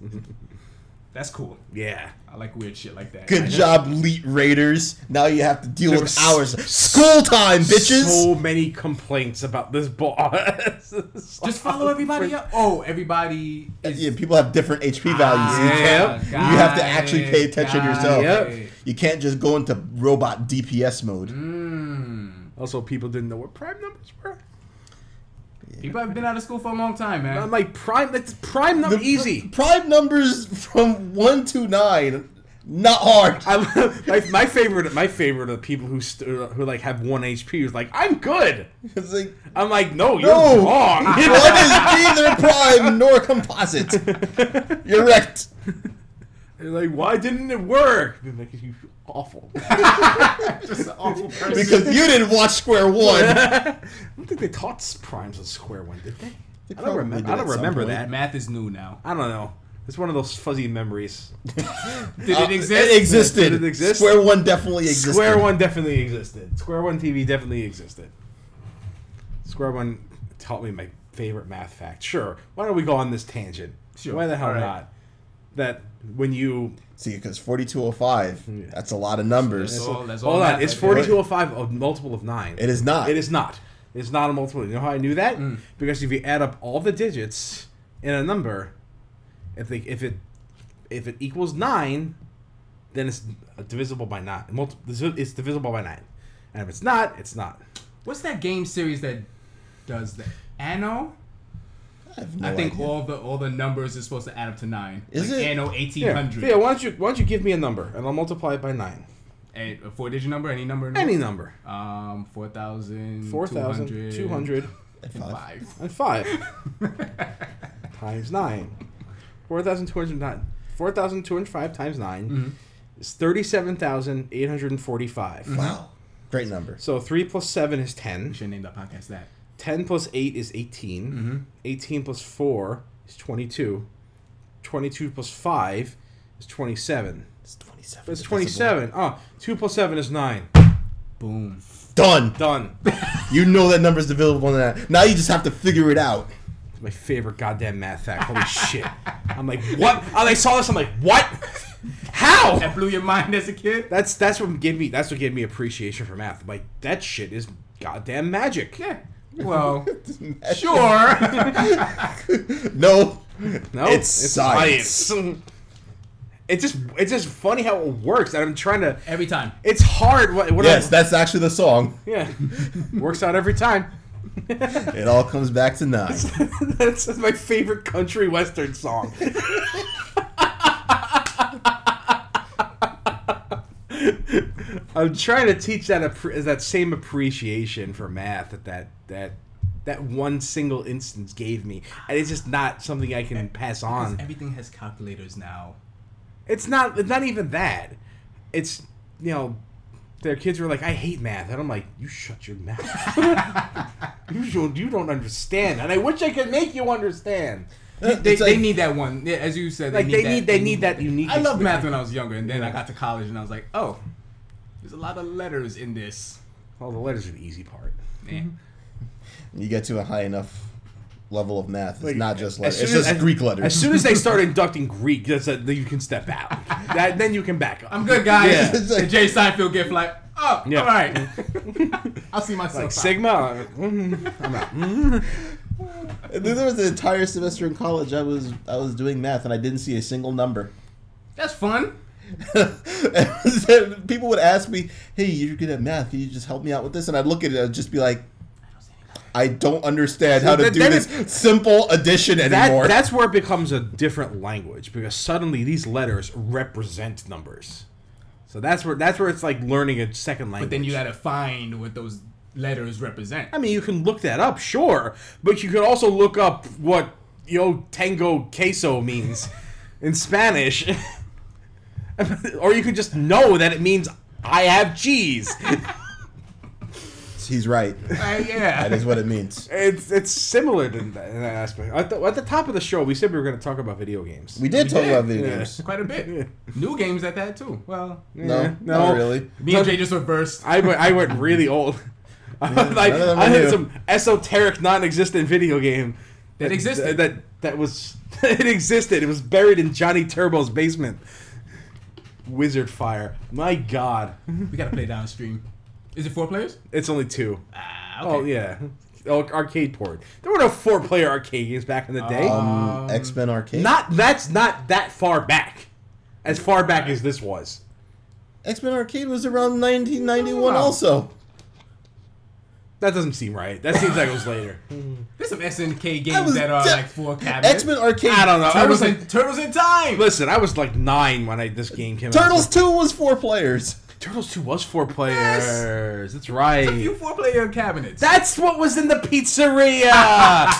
B: That's cool.
C: Yeah.
B: I like weird shit like that.
A: Good job, Elite Raiders. Now you have to deal
C: There
A: with
C: was
A: hours. School time, bitches.
C: So many complaints about this boss.
B: Just follow everybody up. Oh, everybody is.
A: yeah, people have different HP values.
B: Ah,
A: You can't-
B: yep.
A: you have to actually
B: got
A: pay
B: it,
A: attention
B: got
A: yourself.
B: it.
A: You can't just go into robot DPS mode.
B: Mm.
C: Also, people didn't know what prime numbers were.
B: People have been out of school for a long time, man.
C: I'm like prime. That's prime number easy.
A: Prime numbers from one to nine, not hard.
C: I, my, my favorite, my favorite of people who st- uh, who like have one HP who's like, I'm good.
A: It's like
C: I'm like, no, you're
A: no,
C: wrong.
A: one is neither prime nor composite. You're wrecked.
C: They're like, why didn't it work? They're like, you awful. I
B: Just an awful person.
A: Because you didn't watch Square One.
C: don't think they taught s- primes on square one, did they? I don't, remem- I don't remember that.
B: Math is new now.
C: I don't know. It's one of those fuzzy memories.
B: Did it exist?
A: It existed.
C: Did it exist?
A: Square One definitely existed.
C: Square One definitely existed. Square One TV definitely existed. Square One taught me my favorite math fact. Sure. Why don't we go on this tangent?
B: Sure.
C: Why the hell
B: All right.
C: not? That when you
A: See, because 4205, that's a lot of numbers.
B: That's all- that's all
C: hold
B: math
C: on, it's
B: right
C: forty two oh five a multiple of nine.
A: It is not.
C: It is not. It's not a multiple. You know how I knew that?
B: Mm.
C: Because if you add up all the digits in a number, if they, if it if it equals nine, then it's divisible by nine. Multi- it's divisible by nine, and if it's not, it's not.
B: What's that game series that does that? Anno.
A: I, have no
B: I think
A: idea.
B: all the all the numbers are supposed to add up to nine.
A: Is
B: like
A: it?
B: Anno eighteen
C: Here,
B: hundred.
C: Theo, why don't you why don't you give me a number and I'll multiply it by nine.
B: A four digit number, any number. in the
C: Any
B: world?
C: number.
B: Um, four thousand.
C: Four thousand two hundred
A: At
B: and
A: five.
B: five.
C: and five times nine. Four thousand two hundred nine. Four thousand two hundred five times 9 is thirty-seven thousand eight hundred and forty-five.
A: Wow. Great number.
C: So three plus seven is
B: We
C: ten.
B: should name that podcast that.
C: Ten plus eight is 18 Eighteen plus four is twenty-two. Twenty-two plus five is twenty-seven.
A: It's 27.
C: That's
A: divisible.
C: twenty-seven. Oh, two plus seven is nine.
B: Boom.
A: Done.
C: Done.
A: You know that number's available on that. Now you just have to figure it out.
C: my favorite goddamn math fact. Holy shit! I'm like, what? I like, saw this. I'm like, what? How?
B: That blew your mind as a kid.
C: That's that's what gave me that's what gave me appreciation for math. I'm like that shit is goddamn magic.
B: Yeah. Well, sure.
A: No.
C: No,
A: It's
C: science. it's just it's just funny how it works. And I'm trying to.
B: Every time.
C: It's hard. What? what
A: Yes,
C: I-
A: that's actually the song.
C: yeah. works out every time.
A: It all comes back to nine.
C: that's my favorite country western song. I'm trying to teach that appre- that same appreciation for math that that that that one single instance gave me, and it's just not something I can pass on.
B: Everything has calculators now.
C: It's not it's not even that. It's you know their kids were like, "I hate math," and I'm like, "You shut your mouth. you don't, you don't understand." And I wish I could make you understand.
B: They, they,
A: It's like-
B: need that one. Yeah, as you said,
C: Uh, Like they need, they need that unique.
B: I loved
C: experience.
B: math when I was younger, and then I got to college and I was like, oh, there's a lot of letters in this.
C: Well, the letters are the easy part.
B: Man.
A: You get to a high enough level of math. It's
C: Like,
A: not just
C: as
A: letters.
C: soon
A: It's
C: as-
A: just
C: as-
A: Greek letters.
C: As soon as they start inducting Greek, that's a, you can step out. That, then you can back up.
B: I'm good, guys.
A: Yeah.
B: The Jay Seinfeld gift, like, oh,
C: Yeah.
B: all right. I'll see myself.
C: Like
B: out.
C: Sigma. mhm.
A: And then there was an entire semester in college I was I was doing math and I didn't see a single number.
B: That's fun.
A: And people would ask me, "Hey, you're good at math. Can you just help me out with this?" And I'd look at it. I'd just be like, "I don't understand how to
C: that-
A: do
C: that
A: this simple addition anymore."
C: That, that's where it becomes a different language because suddenly these letters represent numbers. So that's where that's where it's like learning a second
B: But
C: language.
B: then you gotta find what those letters represent.
C: I mean, you can look that up, sure, but you can also look up what yo tengo queso means in Spanish, or you could just know that it means I have cheese.
A: He's right.
B: Uh, yeah.
A: That is what it means.
C: It's it's similar to that, in that aspect. At the, at the top of the show, we said we were going to talk about video games.
A: We did
B: We
A: talk
B: did.
A: about video
C: Yeah.
A: games.
B: Quite a bit. New games at that too. Well,
A: No,
C: Yeah,
A: not really.
B: me and Jay just reversed.
C: I went, I went really old. I was like,
A: none of them
C: I
A: are
C: had
A: new.
C: some esoteric, non-existent video game
B: That existed.
C: That that was it existed. It was buried in Johnny Turbo's basement. Wizard Fire. My God,
B: We gotta play downstream. Is it four players?
C: it's only two.
B: Ah,
C: Oh
B: okay.
C: yeah, oh, arcade port. There were no four-player arcade games back in the day.
A: Um, X Men Arcade.
C: not that's not that far back, as far back as this was.
A: X Men Arcade was around 1991
C: No.
A: also.
C: That doesn't seem right. That seems like it was later.
B: There's some SNK
A: I
B: games
A: was
B: that are
A: de-
B: like four cabinets.
A: X Men Arcade.
C: I don't know. I was
B: Turtles,
C: like,
B: in, Turtles in Time.
C: listen, I was like nine when I this game came out.
A: Turtles Two was four players.
C: Turtles 2 was four players. That's right.
B: a few four-player cabinets.
C: That's what was in the pizzeria.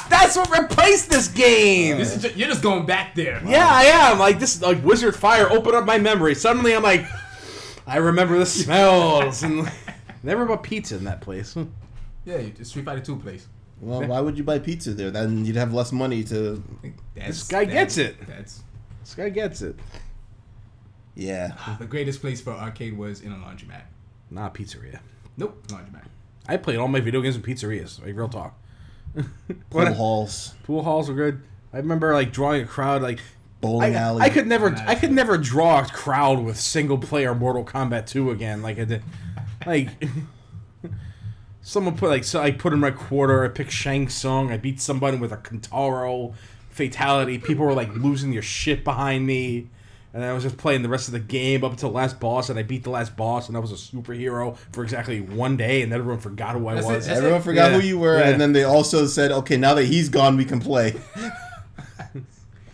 C: That's what replaced this game.
B: This is ju- you're just going back there.
C: yeah, I am. Like this like Wizard Fire opened up my memory. Suddenly I'm like I remember the smells and never bought pizza in that place. Hmm.
B: Yeah, you- it's Street Fighter Two place.
A: Well, why would you buy pizza there? Then you'd have less money to.
B: That's,
C: This guy gets it.
B: That's
C: This guy gets it.
A: Yeah.
B: uh, the greatest place for arcade was in a laundromat.
C: Nah, pizzeria.
B: Nope, laundromat.
C: I played all my video games in pizzerias, like real talk.
A: Pool halls,
C: Pool halls were good. I remember like drawing a crowd like I,
A: bowling alley.
C: I could never
B: Nice.
C: I could never draw a crowd with single player Mortal Kombat 2 again like I did like someone put like so I put in my quarter I picked Shang Tsung I beat somebody with a Kentaro fatality people were like losing their shit behind me and I was just playing the rest of the game up until the last boss and I beat the last boss and I was a superhero for exactly one day and everyone forgot who I
B: That's it,
C: was
B: that's
A: Everyone forgot
C: Yeah.
A: who you were,
C: Yeah.
A: and then they also said, "Okay, now that he's gone, we can play." Hmm.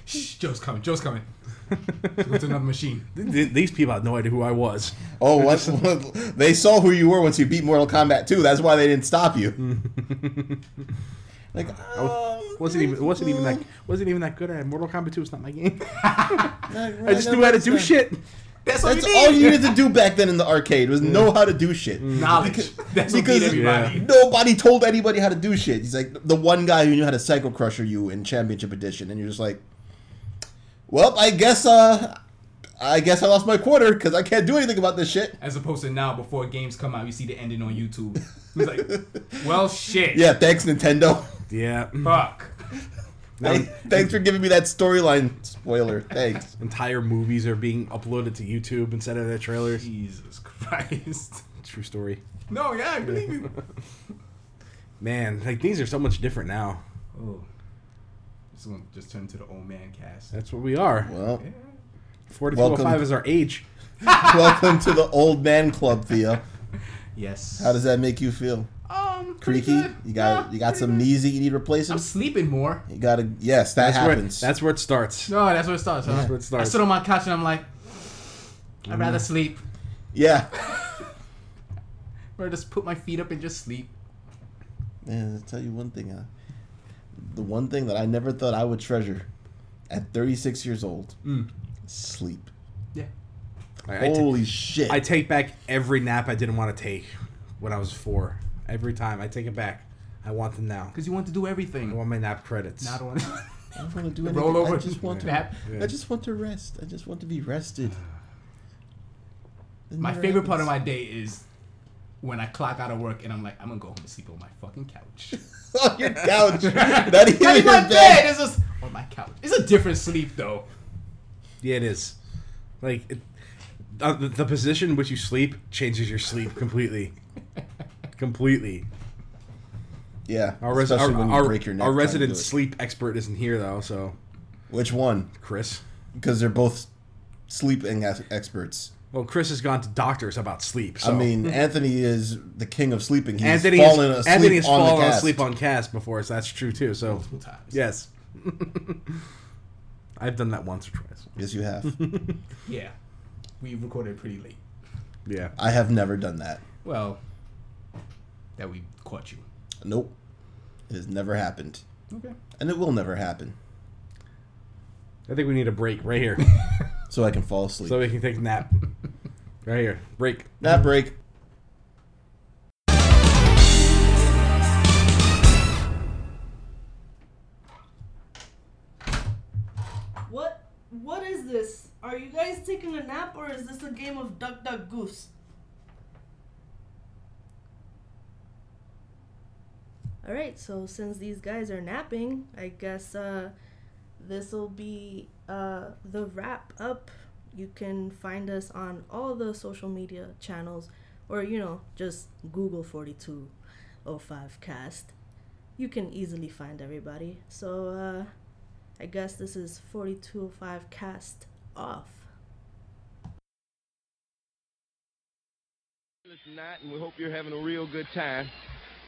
B: Shh, Joe's coming. Joe's coming. Go to another machine.
C: Th- th- these people had no idea who I was
A: Oh, what? they saw who you were once you beat Mortal Kombat 2. That's why they didn't stop you. like, um,
C: wasn't even wasn't even that wasn't even that good at it. Mortal Kombat 2 was not my game
A: I
C: I just knew how to do shit.
B: That's all
A: That's
B: you need.
A: all you needed to do back then in the arcade was know how to do shit.
C: Mm.
B: Knowledge. That's what beat
A: because-
B: everybody.
A: Nobody told anybody how to do shit. He's like the one guy who knew how to psycho crusher you in championship edition, and you're just like, well, I guess uh, I guess I lost my quarter because I can't do anything about this shit.
B: As opposed to now, before games come out, you see the ending on YouTube. He's like, well, shit.
A: Yeah, thanks Nintendo.
C: Yeah.
B: Fuck.
A: Hey, thanks for giving me that storyline spoiler. Thanks.
C: Entire movies are being uploaded to YouTube instead of their trailers.
B: Jesus Christ.
C: True story.
B: No, yeah, I believe you.
C: Man, like things are so much different now.
B: Oh. This one just turned to the old man cast.
C: That's what we are.
A: Well,
B: Yeah.
C: 4205
A: Welcome.
C: is our age.
A: welcome to the old man club, Theo.
B: Yes.
A: How does that make you feel?
B: um pretty
A: Creaky?
B: good.
A: You got
B: Yeah,
A: you got
B: pretty
A: some
B: good.
A: knees that you need
B: I'm
A: replacing.
B: sleeping more.
A: You gotta yes, that
C: That's
A: happens.
C: where that's where it starts.
B: No, that's where it starts. huh?
C: That's where it starts.
B: I sit on my couch and I'm like,
A: Mm-hmm.
B: I'd rather sleep.
A: yeah.
B: Or just put my feet up and just sleep.
A: Man, I'll tell you one thing. Uh, the one thing that I never thought I would treasure at 36 years old
B: Mm.
A: sleep.
B: Yeah.
C: Like, I ta-
A: Holy shit!
C: I take back every nap I didn't want to take when I was four. Every time I take it back, I want them now.
B: because you want to do
C: I
B: everything.
C: want my nap credits.
B: Not one.
A: I don't want to do
B: The
A: anything.
B: rollover
A: I just want to.
B: nap.
C: Yeah.
A: I just want to rest. I just want to be rested. It
B: My
A: never
B: favorite part of
A: happens.
B: my day is when I clock out of work and I'm like, I'm gonna go home and sleep on my fucking couch.
A: on your couch. Not even
B: Not in
A: your
B: my
A: bed.
B: bed. It's just on my couch. It's a different sleep though.
C: Yeah, it is. Like it, uh, the, the position in which you sleep changes your sleep completely. completely.
A: Yeah.
C: Our, res-
A: especially
C: our,
A: when you
C: our,
A: break your neck
C: our
A: trying to
C: resident
A: do it.
C: sleep expert isn't here though, so
A: Which one?
C: Chris.
A: Because they're both sleeping ex- experts.
C: Well, Chris has gone to doctors about sleep. So.
A: I mean, Anthony is the king of sleeping. He's
C: Anthony has,
A: fallen asleep
C: Anthony has
A: on
C: fallen
A: the cast.
C: asleep on cast before, so that's true too. So
B: Multiple times.
C: yes, I've done that once or twice.
A: Yes, you have.
B: Yeah. We recorded pretty late.
C: Yeah,
A: I have never done that.
B: Well, that we caught you.
A: Nope. It has never happened,
B: Okay.
A: and it will never happen.
C: I think we need a break right here,
A: So I can fall asleep.
C: so we can take a nap right here. Break.
A: Nap break.
D: What what is this? Are you guys taking a nap or is this a game of duck duck goose? All right, so since these guys are napping, I guess uh this will be uh the wrap up. You can find us on all the social media channels or you know, just Google 4205 cast. You can easily find everybody. So uh I guess this is 4205 cast off.
E: It's not, and we hope you're having a real good time.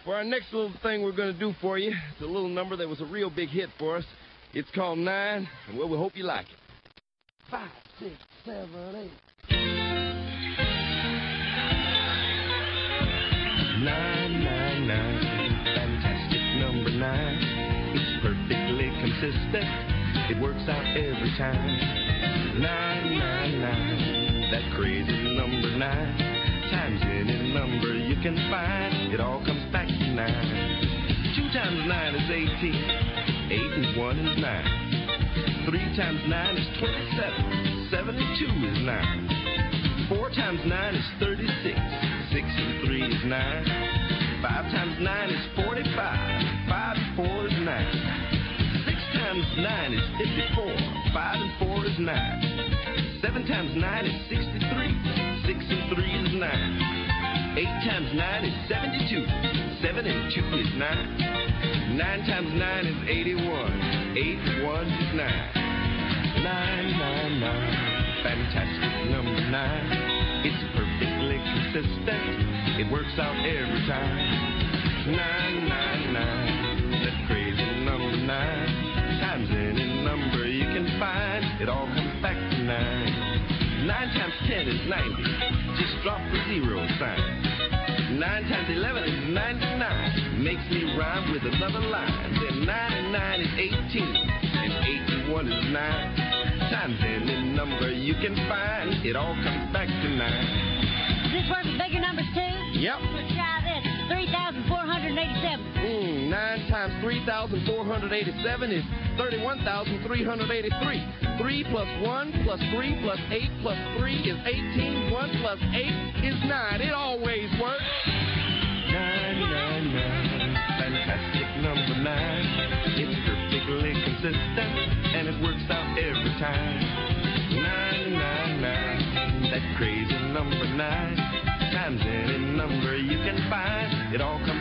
E: For our next little thing we're going to do for you, it's a little number that was a real big hit for us. It's called Nine, and well, we hope you like it. Five, six, seven, eight. Nine, nine, nine. Fantastic number nine. It's perfectly consistent. It works out every time. Nine, nine, nine. That crazy number nine. Times any number you can find. It all comes back to nine. Two times nine is eighteen. Eight and one is nine. Three times nine is twenty-seven. Seven and two is nine. Four times nine is thirty-six. Six and three is nine. Five times nine is forty-five. Five and four is nine. Six times nine is fifty-four. Five and four is nine. Seven times nine is sixty-three. Six and three is nine. Eight times nine is seventy-two. Seven and two is nine. Nine times nine is eighty-one. Eight and one is nine. Nine, nine, nine. Fantastic number nine. It's perfectly consistent. It works out every time. Nine, nine, nine. That crazy number nine. Times any number you can find. It all comes back to nine. Nine times ten is ninety. Just drop the zero sign. Nine times eleven is ninety-nine. Makes me rhyme with another line. Then nine and nine is eighteen. And eight and one is nine. Times any number you can find. It all comes back to nine.
F: This works with bigger numbers too?
E: Yep.
F: Let's try this. 3,487.
E: Mm, 9 times 3,487 is 31,383. 3 plus 1 plus 3 plus 8 plus 3 is 18. 1 plus 8 is 9. It always works. 999, fantastic number 9. It's perfectly consistent and it works out every time. 999, that crazy number 9. Times any number you can find, it all comes.